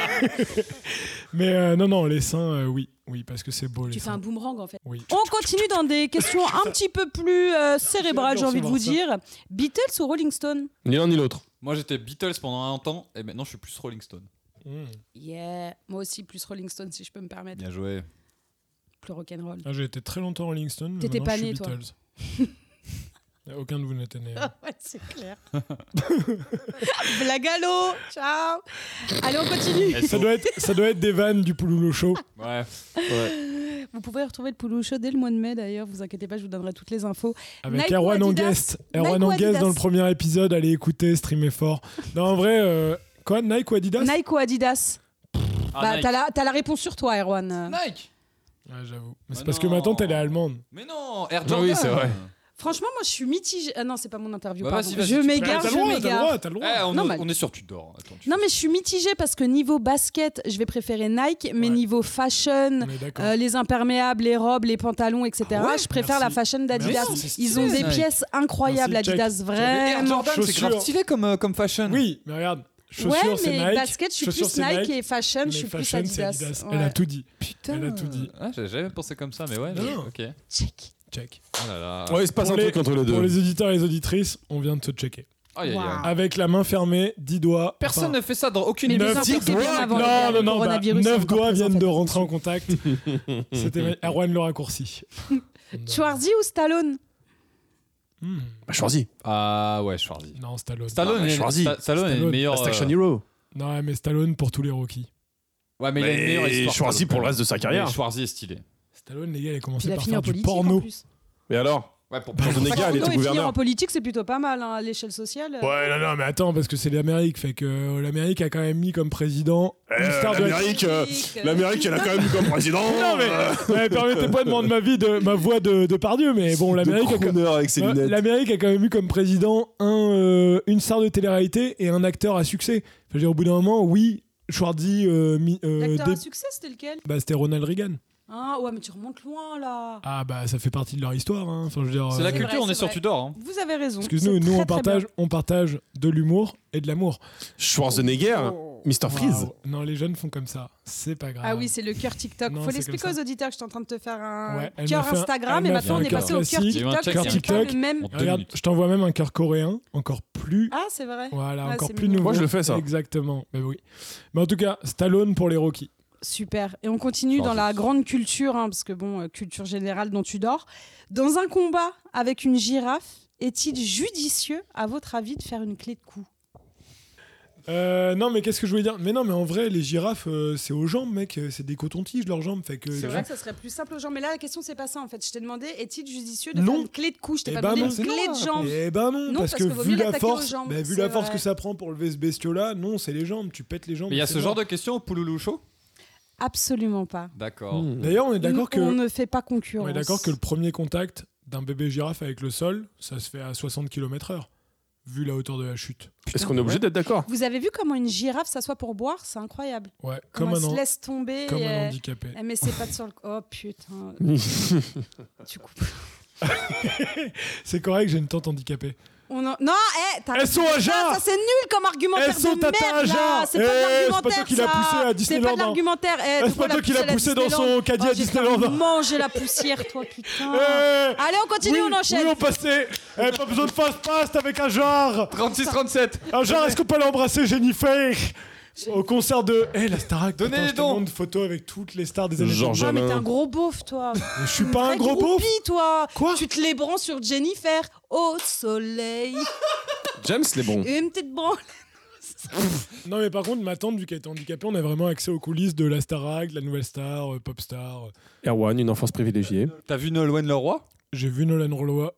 S5: (laughs) mais euh, non, non, les seins, euh, oui, oui, parce que c'est beau. les
S1: Tu fais un
S5: seins.
S1: boomerang en fait.
S5: Oui.
S1: On continue dans des questions un petit peu plus euh, cérébrales, j'ai envie de vous dire. Beatles ou Rolling Stone
S3: Ni l'un ni l'autre.
S2: Moi j'étais Beatles pendant un temps et maintenant je suis plus Rolling Stone.
S5: Mmh.
S1: Yeah, moi aussi plus Rolling Stone si je peux me permettre,
S2: Bien joué.
S1: plus rock'n'roll.
S5: Ah, j'ai été très longtemps Rolling Stone. mais
S1: T'étais
S5: maintenant,
S1: pas
S5: je suis
S1: né, toi.
S5: Beatles. (laughs) Aucun de vous
S1: (laughs)
S5: n'était né.
S1: Ah ouais, c'est clair. Blagalo, ciao. Allez, on continue.
S5: Ça doit, être, ça doit être des vannes du Pouloulou Show.
S2: Ouais.
S1: Vous pouvez retrouver le Pouloulou Show dès le mois de mai d'ailleurs, vous inquiétez pas, je vous donnerai toutes les infos.
S5: Avec
S1: Ah, Nike ou
S5: Erwan
S1: Adidas
S5: en guest.
S1: Nike
S5: Erwan
S1: ou
S5: en guest
S1: Adidas
S5: dans le premier épisode. Allez écouter, streamer fort. Non, en vrai, euh, quoi Nike ou Adidas
S1: Nike ou Adidas Bah,
S2: Ah, Nike.
S1: t'as la, t'as la réponse sur toi, Erwan.
S2: Nike
S5: Ouais, j'avoue. Bah Mais c'est
S2: Ah
S5: parce que
S2: non.
S5: maintenant, t'es allemande.
S2: Mais non Air
S3: Ah
S2: Jordan
S3: oui, c'est vrai.
S1: Franchement, moi, je suis mitigée. Ah non, c'est pas mon interview.
S2: Bah,
S1: pardon.
S2: vas-y, vas-y,
S1: je
S2: tu peux-
S5: Ah,
S1: m'égare,
S5: T'as le
S1: je
S5: droit, t'as le
S1: m'égare.
S5: droit, t'as le droit.
S2: Eh, on,
S1: Non, mais-
S2: on est sûr, tu dors. Attends, tu-
S1: Non, mais je suis mitigée parce que niveau basket, je vais préférer Nike, mais
S5: Ouais.
S1: niveau fashion,
S5: On est d'accord.
S1: euh, les imperméables, les robes, les pantalons, etc.,
S5: Ah ouais
S1: je préfère
S5: Merci.
S1: la fashion d'Adidas.
S5: Merci, c'est stylé,
S1: Ils ont des
S2: Nike.
S1: pièces incroyables,
S5: Merci, check.
S1: Adidas,
S2: Mais Air
S1: vraiment.
S2: Jordan, c'est
S5: Chaussures.
S2: grave stylé comme, euh, comme fashion.
S5: Oui, mais regarde. Chaussures,
S1: ouais,
S5: c'est
S1: mais
S5: Nike.
S1: basket, je suis
S5: Chaussures,
S1: plus
S5: c'est
S1: Nike, et fashion,
S5: mais
S1: je suis
S5: fashion,
S1: plus
S5: c'est
S1: Adidas.
S5: Elle
S1: Ouais.
S5: a tout dit.
S2: Putain.
S5: Elle a tout dit.
S2: Ah, J'avais jamais pensé comme ça, mais ouais.
S5: Non, non.
S2: Ok.
S1: Check.
S5: Check.
S2: Ah là là.
S3: Ouais, il se passe
S5: Pour
S3: un
S5: les-
S3: truc entre les deux.
S5: Pour les auditeurs et les auditrices, on vient de te checker.
S2: Aïe, aïe, aïe.
S1: Wow.
S5: Avec la main fermée, 10 doigts.
S2: Personne
S5: enfin,
S2: ne fait ça dans aucune
S1: Mais
S2: émission.
S1: vous
S5: Neuf
S1: inquiétez bien
S5: doigts,
S1: avant
S5: non,
S1: le
S5: non, non, bah,
S1: coronavirus,
S5: neuf
S1: c'est encore
S5: doigts
S1: présent,
S5: viennent de
S1: faites
S5: rentrer en
S1: (laughs)
S5: contact. C'était Erwan le raccourci.
S1: Schwarzy ou Stallone
S5: Hmm.
S3: Bah, choisis.
S2: Ah ouais, Schwarzy.
S5: Non, Stallone.
S2: Stallone,
S3: Ah,
S2: est,
S3: Schwarzy.
S2: Sta- Stallone est le
S5: Stallone.
S6: Oh,
S2: meilleur.
S3: Last Action
S2: euh,
S3: Hero.
S5: Non, mais Stallone pour tous les Rocky.
S2: Ouais, mais il a une meilleure
S3: Mais
S2: histoire.
S3: choisis
S2: Stallone.
S3: pour le reste de sa carrière.
S2: Mais Schwarzy est stylé.
S5: Stallone, les gars, il a
S1: Puis
S5: commencé
S1: il a
S5: par
S1: fini en
S5: faire du
S1: politique. en
S5: porno.
S1: plus.
S3: Mais alors
S2: Ouais, pour
S5: Bah,
S3: Schwarzenegger,
S1: Porno
S3: il était
S1: et finir en
S3: gouverneur.
S1: politique, c'est plutôt pas mal hein, à l'échelle sociale.
S5: Ouais, non, non, mais attends, parce que c'est l'Amérique. Fait que euh, l'Amérique a quand même mis comme président une
S3: Euh,
S5: star de la-
S3: L'Amérique, euh, l'Amérique, elle a quand même eu comme président.
S5: Non, mais ouais, permettez-moi de vendre ma vie, de ma voix de, de Pardieu, mais bon, l'Amérique a,
S3: de
S5: quand-
S3: crooner avec ses
S5: Ouais,
S3: lunettes.
S5: Euh, l'Amérique a quand même eu comme président un, euh, une star de télé-réalité et un acteur à succès. Enfin, je veux dire, au bout d'un moment, oui, Schwarzy, euh, mi- euh,
S1: L'acteur
S5: dé-
S1: à succès, c'était lequel
S5: bah, c'était Ronald Reagan.
S1: Ah ouais, mais tu remontes loin là.
S5: Ah bah ça fait partie de leur histoire. hein. Enfin, je veux dire,
S2: C'est
S5: euh,
S2: la
S1: C'est
S2: culture,
S1: vrai,
S2: on est
S1: c'est
S2: sur
S1: vrai.
S2: Tudor. Hein.
S1: Vous avez raison.
S5: Excuse-nous,
S1: C'est
S5: nous
S1: très,
S5: on
S1: très
S5: partage,
S1: bien.
S5: on partage de l'humour et de l'amour.
S3: Schwarzenegger, Mr. Freeze.
S5: Waouh. Non, les jeunes font comme ça. C'est pas grave.
S1: Ah oui, c'est le cœur TikTok.
S5: Non,
S1: Faut
S5: c'est
S1: l'expliquer
S5: comme
S1: aux auditeurs que je suis en train de te faire un
S5: Ouais, elle m'a
S1: cœur
S5: fait un-
S1: Instagram
S5: elle
S1: et
S5: m'a
S1: maintenant on
S2: fait
S1: est
S2: un
S1: passé au cœur
S5: classique.
S1: TikTok.
S2: J'ai eu un
S1: c'est
S5: check
S1: pas
S5: TikTok.
S1: le même.
S2: En deux
S5: Regarde,
S2: minutes.
S5: je t'envoie même un cœur coréen, encore plus.
S1: Ah, c'est vrai.
S5: Voilà,
S1: Ah,
S5: encore
S1: c'est
S5: plus
S1: mignon.
S5: nouveau.
S3: Moi, je le fais, ça.
S5: Exactement. Mais oui. Mais en tout cas, Stallone pour les Rocky.
S1: Super. Et on continue
S2: Genre,
S1: dans la
S2: je-
S1: grande culture, hein, parce que bon, euh, culture générale dont tu dors. Dans un combat avec une girafe, est-il judicieux, à votre avis, de faire une clé de cou
S5: Euh, non, mais qu'est-ce que je voulais dire Mais non, mais en vrai, les girafes, euh, c'est aux jambes, mec. euh, C'est des cotons-tiges leurs jambes. Fait que.
S1: C'est vrai que ça serait plus simple aux gens, mais là la question c'est pas ça en fait. Je t'ai demandé est-il judicieux de
S5: de Non.
S1: faire
S5: faire
S1: une
S5: une
S1: clé de cou Je t'ai
S5: Eh
S1: pas
S5: ben
S1: demandé
S5: non,
S1: une
S5: c'est
S1: clé de jambe.
S5: Eh ben non,
S1: Non,
S5: parce,
S1: parce
S5: que,
S1: que vaut
S5: vu
S1: mieux
S5: la
S1: l'attaquer aux
S5: force,
S1: jambes,
S5: bah, vu
S1: c'est
S5: la force
S1: vrai.
S5: que ça prend pour lever ce bestiau-là, non, c'est les jambes. Tu pètes les jambes.
S2: Mais il y a
S5: c'est
S2: ce
S5: bon.
S2: genre de questions au Pouloulou Show
S1: Absolument pas.
S2: D'accord. Hmm.
S5: D'ailleurs, on est d'accord
S1: On
S5: que
S1: ne fait pas concurrence.
S5: on est d'accord que le premier contact d'un bébé girafe avec le sol, ça se fait à 60 km/h, vu la hauteur de la chute.
S3: Est-ce qu'on est obligé d'être d'accord
S1: Vous avez vu comment une girafe s'assoit pour boire C'est incroyable.
S5: Ouais, comme,
S1: Comment elle
S5: un,
S1: se
S5: hand-
S1: laisse tomber. euh, eh,
S5: comme
S1: et
S5: un
S1: elle-
S5: handicapé.
S1: elle met ses pattes sur le. Oh putain, tu coupes.
S5: C'est correct, j'ai une tante handicapée.
S1: On en- Non, hé t'as-
S5: Elles sont à
S1: Ah,
S5: Jarre
S1: ça c'est nul comme argumentaire
S5: Elles sont
S1: de
S5: à
S1: merde
S5: Tarja.
S1: là C'est pas de
S5: Eh, c'est pas
S1: l'argumentaire
S5: toi qui l'as
S1: ça.
S5: poussé à
S1: C'est pas de
S5: Disneyland. hein.
S1: l'argumentaire Eh,
S5: c'est
S1: pourquoi
S5: pas
S1: l'a
S5: toi qui l'as
S1: poussé à
S5: poussé dans son caddie à
S1: Disneyland Oh,
S5: Disneyland hein.
S1: Manger la poussière toi putain
S5: (laughs) Eh,
S1: Allez on Ah. continue,
S5: oui,
S1: on enchaîne
S5: Oui, on passait Eh, Pas besoin de fast-past avec un jar
S2: 36-37
S5: Un jar, est-ce qu'on peut l'embrasser, Jennifer Au concert de. Eh, la Starac,
S2: Donnez les
S5: putain, je te
S2: dons.
S5: demande une photo avec toutes les stars des années
S3: Genre,
S5: 2000.
S1: Ouais Ah, mais t'es
S3: Jamais.
S1: un gros beauf
S5: (laughs)
S1: toi
S5: Je suis pas un
S1: Vrai
S5: gros
S1: groupie,
S5: beauf
S1: toi
S5: Quoi
S1: Tu te les branles sur Jennifer au soleil
S3: James les bons.
S1: Une petite branle
S5: Non, mais par contre, ma tante, vu qu'elle était handicapée, on a vraiment accès aux coulisses de la Starac, de la nouvelle star, euh, pop star.
S3: Erwan, une enfance privilégiée.
S2: T'as vu Nolwenn Leroy
S5: J'ai vu Nolan Roloa.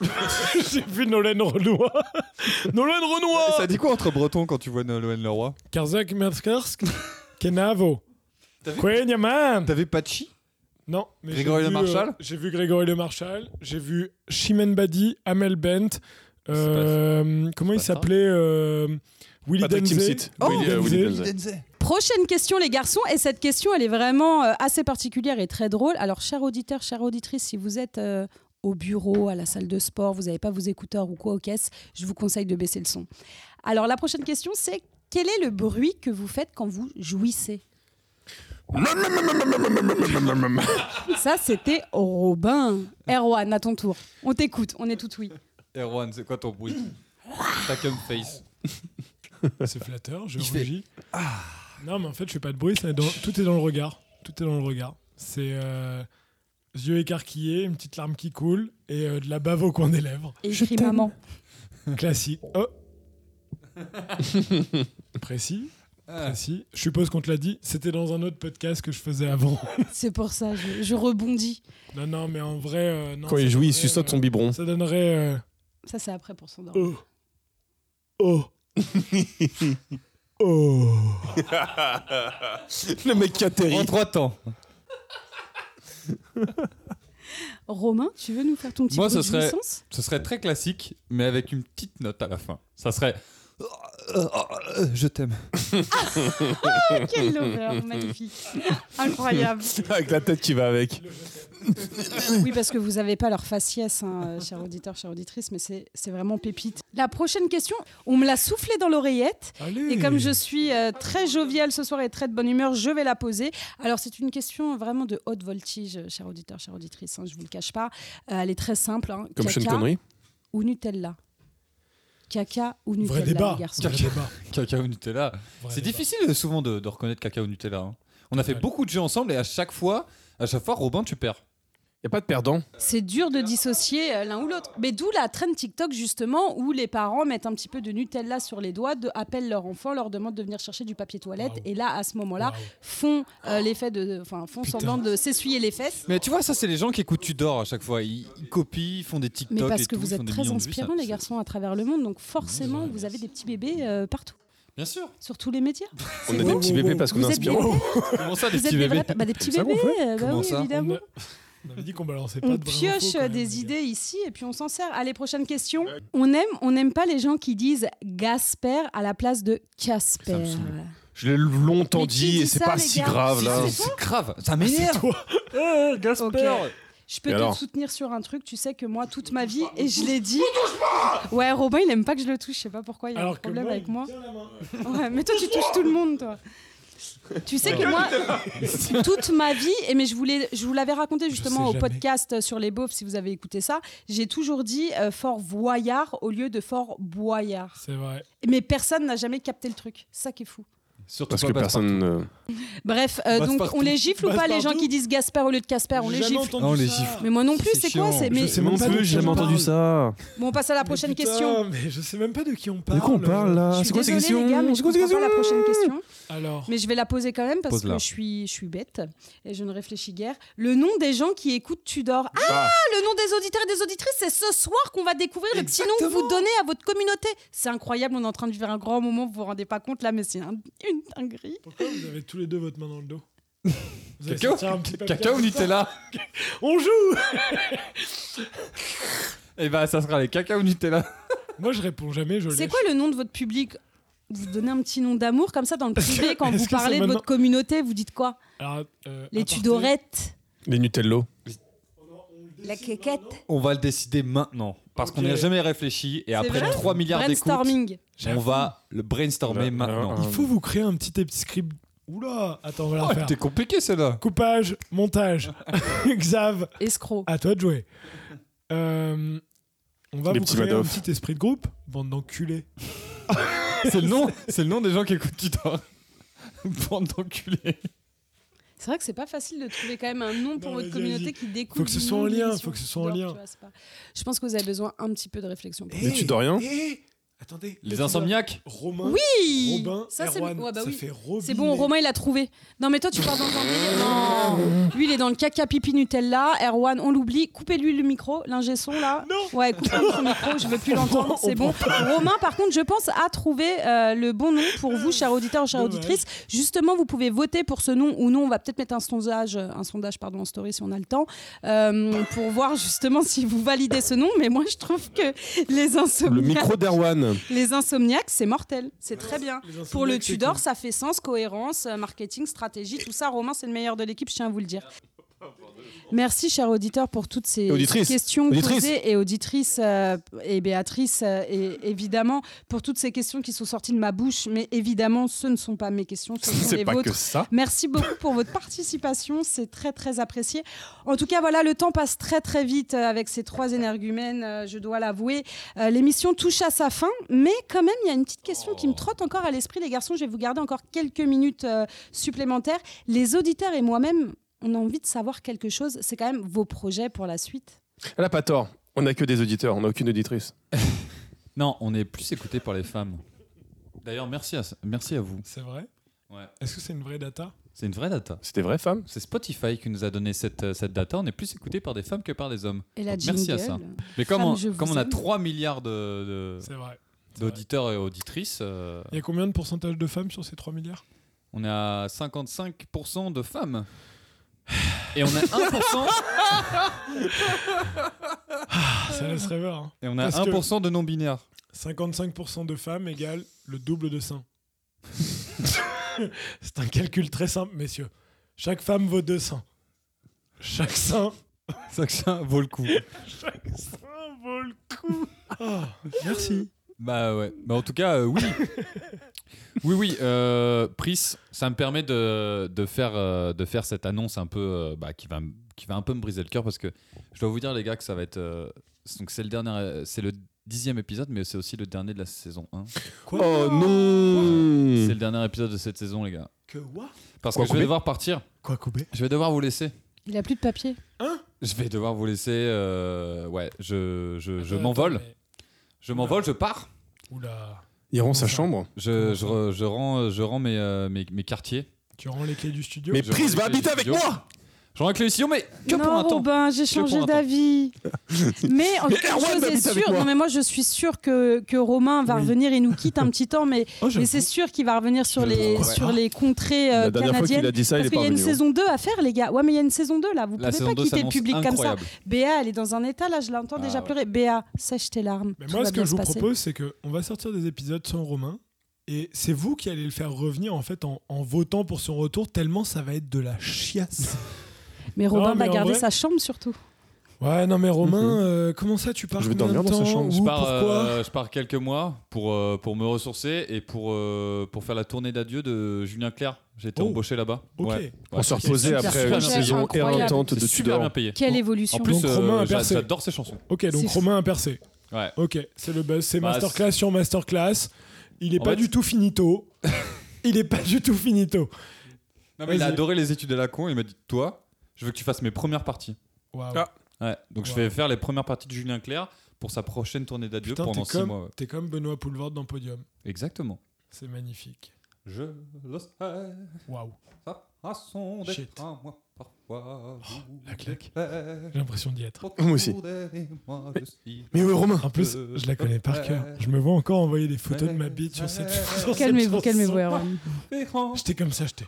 S5: (laughs) J'ai vu Nolan Roloa. Nolan Renoir
S2: Ça dit quoi entre bretons quand tu vois Nolwenn Leroy
S5: Karzak Merskarsk Kenavo. Quenyaman
S2: T'as vu Pachi
S5: Non, mais j'ai
S2: Grégory Le
S5: vu,
S2: Marchal
S5: euh, J'ai vu Grégory Le Marchal, j'ai vu Chimène Badi, Amel Bent, euh, comment il
S2: pas ça.
S5: s'appelait euh, Willy
S3: Patrick
S5: Denzey.
S3: Timsit.
S5: Oh,
S3: Willy, euh,
S5: Denzey.
S3: Willy Denzey.
S1: Prochaine question, les garçons, et cette question, elle est vraiment euh, assez particulière et très drôle. Alors, chers auditeurs, chères auditrices, si vous êtes euh, au bureau, à la salle de sport, vous n'avez pas vos écouteurs ou quoi aux caisses, je vous conseille de baisser le son. Alors, la prochaine question, c'est quel est le bruit que vous faites quand vous jouissez Ça, c'était Robin. Erwan, à ton tour. On t'écoute, on est tout oui.
S2: Erwan, c'est quoi ton bruit Ta cum face.
S5: Ah, C'est flatteur, je
S2: Il fait- Ah.
S5: rougis. Non, mais en fait, je fais pas de bruit, ça est dans- tout est dans le regard. Tout est dans le regard. C'est euh, yeux écarquillés, une petite larme qui coule et euh, de la bave au coin des lèvres.
S1: Et écrit maman.
S2: (laughs)
S5: Classique. Oh. précis,
S2: Ah.
S5: précis. Je suppose qu'on te l'a dit, c'était dans un autre podcast que je faisais avant.
S1: C'est pour ça, je, je rebondis.
S5: non, non, mais en vrai. euh, non,
S3: Quand
S5: ça
S3: il jouit, il
S5: donnerait,
S3: suçote son
S5: euh,
S3: biberon.
S5: Ça donnerait. euh,
S1: Ça, c'est après pour s'endormir.
S5: Oh. Oh. oh.
S3: (laughs) Le mec qui atterrit.
S2: En trois temps.
S1: Romain, tu veux nous faire ton petit
S2: Moi,
S1: bruit
S2: ce
S1: de
S2: serait-
S1: jouissance
S2: Ce serait très classique, mais avec une petite note à la fin. Ça serait. Euh, Je t'aime.
S1: Quelle horreur, magnifique. (laughs) Incroyable.
S3: Avec la tête qui va avec.
S1: Oui, parce que vous n'avez pas leur faciès, hein, euh, chers auditeurs, chères auditrices, mais c'est c'est vraiment pépite. La prochaine question, on me l'a soufflé dans l'oreillette.
S5: Allez.
S1: Et comme je suis euh, très joviale ce soir et très de bonne humeur, je vais la poser. Alors, c'est une question vraiment de haute voltige, euh, chers auditeurs, chères auditrices, hein, je ne vous le cache pas. Euh, elle est très simple. hein.
S3: Comme Sean
S1: Caca
S3: Connery.
S1: ou Nutella Caca ou Nutella,
S5: Vrai débat.
S1: les garçons
S5: Vrai débat.
S2: Cacao Nutella.
S5: Vrai
S2: C'est
S5: débat.
S2: difficile euh, souvent de, de reconnaître Cacao Nutella. hein. On a fait
S5: Ouais.
S2: beaucoup de jeux ensemble et à chaque fois, à chaque fois, Robin, tu perds.
S3: Y a pas de perdant.
S1: C'est dur de dissocier euh, l'un ou l'autre. Mais d'où la traîne TikTok, justement, où les parents mettent un petit peu de Nutella sur les doigts, de, appellent leur enfant, leur demandent de venir chercher du papier toilette.
S5: Waouh.
S1: Et là, à ce moment-là,
S5: Waouh.
S1: font
S2: Oh.
S1: euh, l'effet de. Enfin, font
S5: Putain.
S1: semblant de s'essuyer les fesses.
S2: Mais tu vois, ça, c'est les gens qui écoutent Tu dors à chaque fois. Ils, ils copient, ils font des TikTok.
S1: Mais
S2: et
S1: parce que
S2: tout,
S1: vous
S2: ils font
S1: êtes
S2: des
S1: très
S2: millions de vues, ça-
S1: inspirants, les
S2: ça-
S1: garçons, à travers le monde. Donc, forcément, vous avez des petits bébés euh, partout,
S2: Bien sûr.
S1: sur tous les médias.
S3: On
S1: C'est
S3: est des
S1: beau.
S3: petits bébés parce qu'on
S1: Vous
S3: est
S1: êtes des
S3: inspirants.
S2: (laughs) Comment ça,
S1: Vous
S2: des
S1: êtes
S2: petits
S1: des
S2: bébés
S1: vrais bah, des petits
S3: Comme ça qu'on
S1: bébés, euh, bah
S2: Comment
S1: oui,
S2: ça
S5: On,
S1: évidemment.
S5: a- on avait dit qu'on balançait pas
S1: On
S5: de vraies infos,
S1: pioche
S5: quand même, les
S1: des
S5: gars.
S1: idées ici et puis on s'en sert. Allez, prochaine question. On aime, on n'aime pas les gens qui disent Gasper à la place de
S2: Ça
S1: Casper.
S2: me saoule.
S3: Je l'ai longtemps
S1: Mais qui
S3: dit
S1: dit
S3: et c'est
S1: ça,
S3: pas
S1: les
S3: si
S1: gars
S3: grave
S1: Si,
S3: là.
S2: Ah,
S1: c'est
S2: C'est grave. Ça
S5: (laughs) C'est
S2: m'énerve.
S5: (laughs) toi. Eh,
S1: Ok. Je peux
S3: Et
S1: te
S3: alors
S1: soutenir sur un truc. Tu sais que moi, toute ma vie, et je l'ai dit. Ouais, Robin, il aime pas que je le touche. Je sais pas pourquoi. Il y a
S5: Alors
S1: un
S5: que
S1: problème
S5: moi,
S1: avec
S5: il
S1: moi. (laughs) Ouais, mais toi, tu touches tout le monde, toi. Tu sais que
S5: (laughs)
S1: moi, toute ma vie, et mais je, voulais, je vous l'avais raconté justement
S5: sais
S1: au
S5: jamais.
S1: podcast euh, sur les beaufs, si vous avez écouté ça, j'ai toujours dit euh, fort voyard au lieu de fort boyard.
S5: C'est vrai.
S1: Mais personne n'a jamais capté le truc. Ça qui est fou.
S2: Surtout
S3: Parce
S2: pas
S3: que
S2: Passepartout.
S3: personne. euh,
S1: Bref, euh, donc
S2: Passepartout.
S1: on les gifle ou pas les gens
S5: Passepartout.
S1: qui disent Gasper au lieu de Casper On les
S5: J'ai jamais
S1: gifle.
S5: entendu
S2: Ah, on les
S5: ça.
S2: gifle.
S1: Mais moi non plus,
S2: C'est
S1: c'est quoi
S2: chiant.
S1: c'est-
S2: Je
S1: mais-
S5: sais même
S6: Non
S5: pas de
S6: plus,
S5: qui
S6: j'ai jamais
S5: on
S6: entendu
S1: Ah.
S5: parle.
S6: ça.
S1: Bon, on passe à la
S5: Mais
S1: prochaine
S5: putain,
S1: question.
S5: Mais je sais même pas de qui on
S6: De
S5: parle. euh.
S6: quoi on parle là
S1: Je suis
S6: C'est quoi ces
S1: désolée,
S6: questions
S1: les gars, mais je
S6: C'est quoi ces
S1: comprends pas la prochaine question.
S5: Alors,
S1: Mais je vais la poser quand même parce
S2: Pose-la.
S1: que je suis, je suis bête et je ne réfléchis guère. Le nom des gens qui écoutent Tudor. Ah, le nom des auditeurs et des auditrices, c'est ce soir qu'on va découvrir le petit nom que vous donnez à votre communauté. C'est incroyable, on est en train de vivre un grand moment, vous vous rendez pas compte là, mais c'est un- une dinguerie.
S5: pourquoi vous avez tous les deux votre main dans le dos Vous allez
S2: Cacao
S5: sortir un petit papier
S2: Cacao
S5: comme ça.
S2: Nutella
S5: On joue (laughs)
S2: Et bah ça sera les cacao Nutella.
S5: Moi, je réponds jamais, je
S1: C'est
S5: lèche.
S1: quoi le nom de votre public Vous donnez un petit nom d'amour comme ça dans le privé quand
S5: Est-ce
S1: vous
S5: que c'est
S1: parlez de
S5: maintenant
S1: votre communauté, vous dites quoi
S5: Alors, euh,
S1: Les
S5: aparté,
S1: Tudorettes.
S3: Les Nutello.
S8: La quéquette.
S2: On va le décider maintenant parce qu'on
S5: Ok.
S2: n'y a jamais réfléchi et après
S1: vrai
S2: 3 milliards d'écoutes,
S1: Brainstorming.
S2: on va le brainstormer
S3: Ouais,
S2: maintenant.
S3: ouais, (laughs)
S5: Il faut vous créer un petit, petit script. Oula Attends, on va la
S2: Oh,
S5: refaire.
S2: t'es compliqué celle-là.
S5: Coupage,
S2: (laughs)
S5: montage. Xav,
S1: Escroc.
S5: à toi de jouer. Euh, on va
S3: Les
S5: vous
S3: petits
S5: créer un
S3: Madoff.
S5: petit esprit de groupe. Bande d'enculés.
S2: C'est le nom, c'est le nom des gens qui écoutent Tutor. (laughs) Bande d'enculés.
S1: C'est vrai que c'est pas facile de trouver quand même un nom pour
S5: Non,
S1: votre
S5: vas-y,
S1: communauté
S5: vas-y.
S1: qui découle.
S5: Faut que ce
S1: du
S5: soit
S1: nom
S5: en
S1: de
S5: lien,
S1: l'émission
S5: faut que ce soit en
S1: Tudor,
S5: lien.
S1: tu vois, c'est pas- Je pense que vous avez besoin un petit peu de réflexion.
S5: Eh,
S3: Les Tudoriens.
S5: eh, attendez.
S2: Les insomniaques
S5: Romain.
S1: Oui
S5: Robin.
S1: Ça, c'est-
S5: Erwan,
S1: ouais, bah
S5: ça
S1: oui.
S5: fait Robinet.
S1: C'est bon, Romain il a trouvé. Non mais toi tu pars dans un délire. Non. Lui il est dans le caca pipi Nutella. Erwan, on l'oublie. Coupez-lui le micro, l'ingé son là.
S5: Non.
S1: Ouais, coupez-lui son micro, je veux
S5: (laughs)
S1: plus l'entendre. C'est bon. Romain par contre je pense a trouvé euh, le bon nom pour vous, chers auditeurs, chères
S5: Dommage.
S1: auditrices. Justement vous pouvez voter pour ce nom ou non. On va peut-être mettre un sondage, euh, un sondage pardon en story si on a le temps, euh, pour voir justement si vous validez ce nom. Mais moi je trouve que les
S6: Le
S1: insomniaques, (laughs)
S6: micro d'Erwan.
S1: les insomniaques c'est mortel, c'est très bien.
S5: Les insomniaques,
S1: Pour le
S5: c'est
S1: Tudor,
S5: cool.
S1: ça fait sens, cohérence, euh, marketing, stratégie, tout ça. Romain, c'est le meilleur de l'équipe, je tiens à vous le dire. Merci, chers auditeurs, pour toutes ces
S6: Et auditrices.
S1: questions
S6: Auditrices.
S1: posées et auditrices euh, et Béatrice, euh, et évidemment, pour toutes ces questions qui sont sorties de ma bouche. Mais évidemment, ce ne sont pas mes questions, ce sont les
S3: C'est pas que
S1: vôtres.
S3: ça.
S1: Merci beaucoup pour votre participation, c'est très très apprécié. En tout cas, voilà, le temps passe très très vite euh, avec ces trois énergumènes, euh, je dois l'avouer. Euh, L'émission touche à sa fin, mais quand même, il y a une petite question qui
S2: Oh.
S1: me trotte encore à l'esprit, les garçons. Je vais vous garder encore quelques minutes euh, supplémentaires. Les auditeurs et moi-même, on a envie de savoir quelque chose. C'est quand même vos projets pour la suite.
S3: Elle a pas tort. On a que des auditeurs, on n'a aucune auditrice.
S2: Non, on est plus écouté par les femmes. D'ailleurs, merci à, merci à vous.
S5: C'est vrai
S2: Ouais.
S5: Est-ce que c'est une vraie data
S2: C'est une vraie data.
S3: C'était vrai, femme
S2: C'est Spotify qui nous a donné cette, euh, cette data. On est plus écouté par des femmes que par des hommes.
S1: Et la
S2: Merci à
S1: jingle.
S2: ça. Mais comme,
S1: Femme,
S2: on,
S1: je vous
S2: comme on a
S1: aime.
S2: 3 milliards de- de-
S5: C'est vrai. C'est vrai.
S2: d'auditeurs et auditrices, euh,
S5: Il y a combien de pourcentage de femmes sur ces 3 milliards
S2: on est à 55% de femmes. Et on a 1%,
S1: Euh.
S5: Ça laisse rêveur. hein.
S2: et on a
S5: Parce que-
S2: 1 de non-binaires.
S5: 55% de femmes égale le double de seins. (laughs) C'est un calcul très simple, messieurs. Chaque femme vaut deux seins. Chaque sein.
S2: Ça, que
S5: Ah,
S2: ça vaut le (laughs) coup.
S5: Chaque sein vaut le coup. Ah, merci.
S2: Bah ouais. Bah en tout cas,
S5: (laughs)
S2: euh, oui. oui, oui. euh, Pris, ça me permet de, de faire, euh, de faire cette annonce un peu euh, bah, qui, va, m- qui va un peu me briser le cœur parce que je dois vous dire, les gars, que ça va être. euh, donc c'est le dernier. euh, C'est le dixième épisode, mais c'est aussi le dernier de la saison 1.
S6: Oh non Hmm.
S2: C'est le dernier épisode de cette saison, les gars.
S5: Que quoi
S2: Parce
S3: Quoi
S2: que je vais
S3: couper
S2: devoir partir.
S5: Quoi couper
S2: Je vais devoir vous laisser.
S1: Il a plus de papier.
S2: Je vais devoir vous laisser. euh, ouais, je, je, je
S5: Attends,
S2: m'envole.
S5: Euh, attends, mais-
S2: Je m'envole, je pars.
S5: Oula.
S3: Il rend sa chambre.
S2: Je, je, re- je rends, euh, je rends mes, euh, mes, mes quartiers.
S5: Tu rends les clés du studio
S3: Mais
S2: Je
S3: Pris
S2: rends
S3: va
S2: les
S3: habiter
S2: clés
S3: avec
S2: du studio.
S3: moi
S2: Je rends avec les sillons, mais que
S1: non,
S2: pour un temps.
S1: Robin, j'ai
S2: pour un
S1: changé
S2: temps.
S1: d'avis. mais en
S3: Mais
S1: tout cas,
S3: Erwan
S1: une chose
S3: m'habite
S1: est
S3: avec
S1: sûre.
S3: moi.
S1: Non, mais moi, je suis sûre que, que Romain va
S5: Oui.
S1: revenir et nous quitte un petit temps, mais,
S5: Oh, j'avoue.
S1: mais c'est sûr qu'il va revenir sur
S2: Je
S1: les,
S2: trouve, ouais.
S1: sur les contrées euh,
S6: La dernière fois qu'il
S1: canadiennes.
S6: a dit ça, il
S1: Parce
S6: est
S1: qu'il
S6: pas
S1: y a une
S6: venu. hein.
S1: saison 2 à faire, les gars. Ouais, mais il y a une saison 2 là. Vous
S2: La
S1: pouvez
S2: saison
S1: pas
S2: 2
S1: quitter le
S2: s'annonce
S1: public comme
S2: incroyable.
S1: ça. Béa, elle est dans un état là, je l'entends
S2: Ah,
S1: déjà
S2: ouais.
S1: pleurer. Béa, sèche tes larmes.
S5: Mais
S1: Tout
S5: moi,
S1: va
S5: ce
S1: bien
S5: que je
S1: se
S5: vous
S1: passer.
S5: propose, c'est qu'on va sortir des épisodes sans Romain. Et c'est vous qui allez le faire revenir en fait en, en votant pour son retour, tellement ça va être de la
S3: (laughs)
S5: chiasse.
S1: Mais Robin
S5: mais
S1: va
S5: en
S1: garder
S5: vrai-
S1: sa chambre surtout.
S5: ouais, non mais Romain, euh, comment ça tu pars
S3: Mhm. Je vais
S5: combien de
S3: dormir dans sa
S5: temps
S3: chambre.
S5: Où,
S2: Je pars,
S5: pourquoi
S2: euh, je pars quelques mois pour, euh, pour me ressourcer et pour, euh, pour faire la tournée d'adieu de Julien Clerc. J'ai été
S5: Oh.
S2: embauché là-bas.
S5: Ok.
S2: Ouais.
S6: On se
S2: Ouais.
S6: reposait
S1: Super
S6: après
S2: super
S6: une
S2: bien
S6: saison
S1: payé.
S6: éreintante
S2: C'est
S6: de
S2: super bien
S6: Tudor.
S2: payé.
S1: Quelle évolution.
S2: En plus,
S5: Donc,
S2: euh,
S5: Romain a
S2: j'a-
S5: percé.
S2: j'adore ses chansons.
S5: Ok, donc
S1: C'est fou.
S5: Romain a percé.
S2: Ouais.
S5: Ok, c'est le buzz, c'est
S2: Bah,
S5: masterclass sur masterclass. Il est
S2: En
S5: pas
S2: fait-
S5: du
S2: (laughs)
S5: tout finito. il est pas du tout finito.
S2: Non, mais il a
S5: Vas-y.
S2: adoré les études à la con. Il m'a dit Toi, je veux que tu fasses mes premières parties.
S5: Waouh.
S3: Ah.
S2: Ouais. Donc, je
S5: Wow.
S2: vais faire les premières parties de Julien Clerc pour sa prochaine tournée d'adieu
S5: Putain,
S2: pendant
S5: t'es
S2: 6
S5: comme-
S2: mois. ouais.
S5: T'es comme Benoît Poulvord dans Podium.
S2: Exactement.
S5: C'est magnifique.
S2: Je le sais,
S5: Waouh.
S2: ça a son
S5: Shit. Oh,
S2: d'être à moi parfois. vous
S5: la claque.
S2: plaît.
S5: (laughs) J'ai l'impression d'y être.
S2: Moi
S3: Moi aussi. Mais oui, Romain
S5: En plus,
S2: Euh,
S5: je la connais par cœur. Je me vois encore envoyer des photos de ma bite sur cette sur cette
S1: Calmez-vous,
S5: chanson.
S1: calmez-vous, Erwan.
S5: (laughs) J'étais comme ça, j'étais.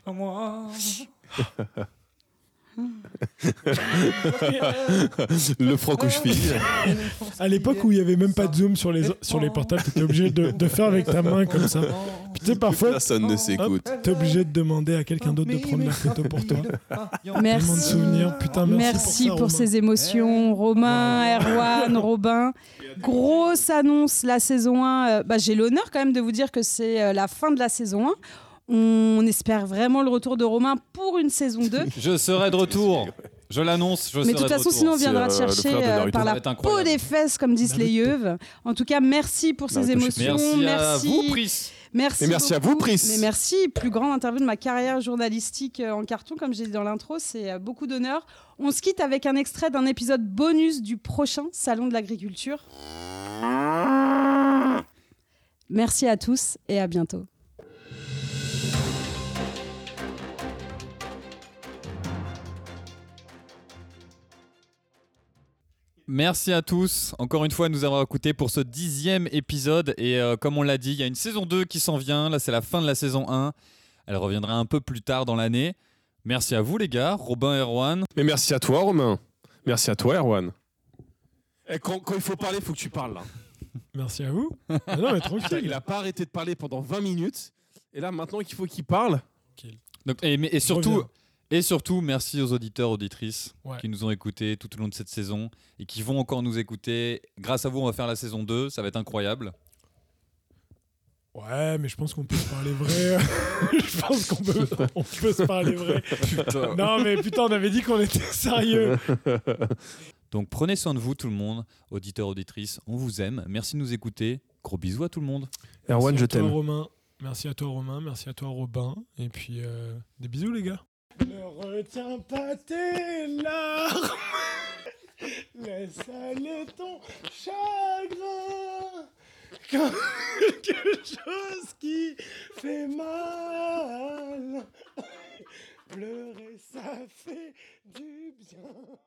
S3: Le
S2: (laughs)
S3: franco cheville
S5: À l'époque où il n'y avait même pas de zoom sur les, sur les portables, tu étais obligé de, de faire avec ta main comme ça. Puis tu sais, parfois,
S3: Personne ne s'écoute.
S5: tu es obligé de demander à quelqu'un d'autre de prendre la photo pour (laughs) toi. Tellement de
S1: Merci.
S5: souvenirs. Putain, Ah, merci,
S1: Merci pour,
S5: pour, ça, Romain.
S1: ces émotions, Romain, Erwan, Robin. Grosse annonce, la saison 1. Euh, bah, J'ai l'honneur quand même de vous dire que c'est euh, la fin de la saison 1. On espère vraiment le retour de Romain pour une saison 2.
S2: Je serai de retour. Je l'annonce, je
S1: Mais
S2: serai
S1: de toute
S2: de
S1: façon,
S2: retour.
S1: sinon on viendra
S3: euh,
S1: te
S3: le
S1: chercher
S3: frère de
S1: euh,
S3: Naruto.
S2: Ça
S1: par
S2: va
S1: la
S2: être
S1: peau
S2: incroyable.
S1: des fesses, comme disent les yeux. En tout cas, merci pour ces
S6: Naruto,
S1: émotions.
S2: Merci, à vous, Pris.
S1: Merci,
S3: Et merci à
S1: beaucoup.
S3: vous, Pris.
S1: Mais merci, plus grande interview de ma carrière journalistique euh, en carton, comme j'ai dit dans l'intro, c'est euh, beaucoup d'honneur. On se quitte avec un extrait d'un épisode bonus du prochain Salon de l'agriculture. Merci à tous et à bientôt.
S2: Merci à tous, encore une fois, de nous avoir écoutés pour ce dixième épisode. Et euh, comme on l'a dit, il y a une saison 2 qui s'en vient. Là, c'est la fin de la saison 1. Elle reviendra un peu plus tard dans l'année. Merci à vous, les gars, Robin et Erwan.
S3: Mais merci à toi, Romain. Merci à toi, Erwan. Eh, quand, quand il faut parler, il faut que tu parles. là.
S5: Merci à vous. Ah non, mais
S6: Putain,
S5: tranquille.
S6: il a pas arrêté de parler pendant 20 minutes. Et là, maintenant qu'il faut qu'il parle,
S2: Donc, et, mais- (laughs) et surtout,
S5: Reviens.
S2: et surtout, merci aux auditeurs, auditrices
S5: Ouais.
S2: qui nous ont écoutés tout au long de cette saison et qui vont encore nous écouter. Grâce à vous, on va faire la saison 2. Ça va être incroyable.
S5: Ouais, mais je pense qu'on peut se parler vrai. (laughs) je pense qu'on peut, on peut se parler vrai. Non, mais putain, on avait dit qu'on
S2: (laughs)
S5: était sérieux.
S2: Donc, prenez soin de vous, tout le monde, auditeurs, auditrices. On vous aime. Merci de nous écouter. Gros bisous à tout le monde.
S5: Merci à toi, Romain. Merci à toi, Romain. Merci à toi, Robin. Et puis, euh, des bisous, les gars. Ne retiens pas tes larmes. (laughs) Laisse aller ton chagrin. Quelque chose qui fait mal. Pleurer, ça fait du bien.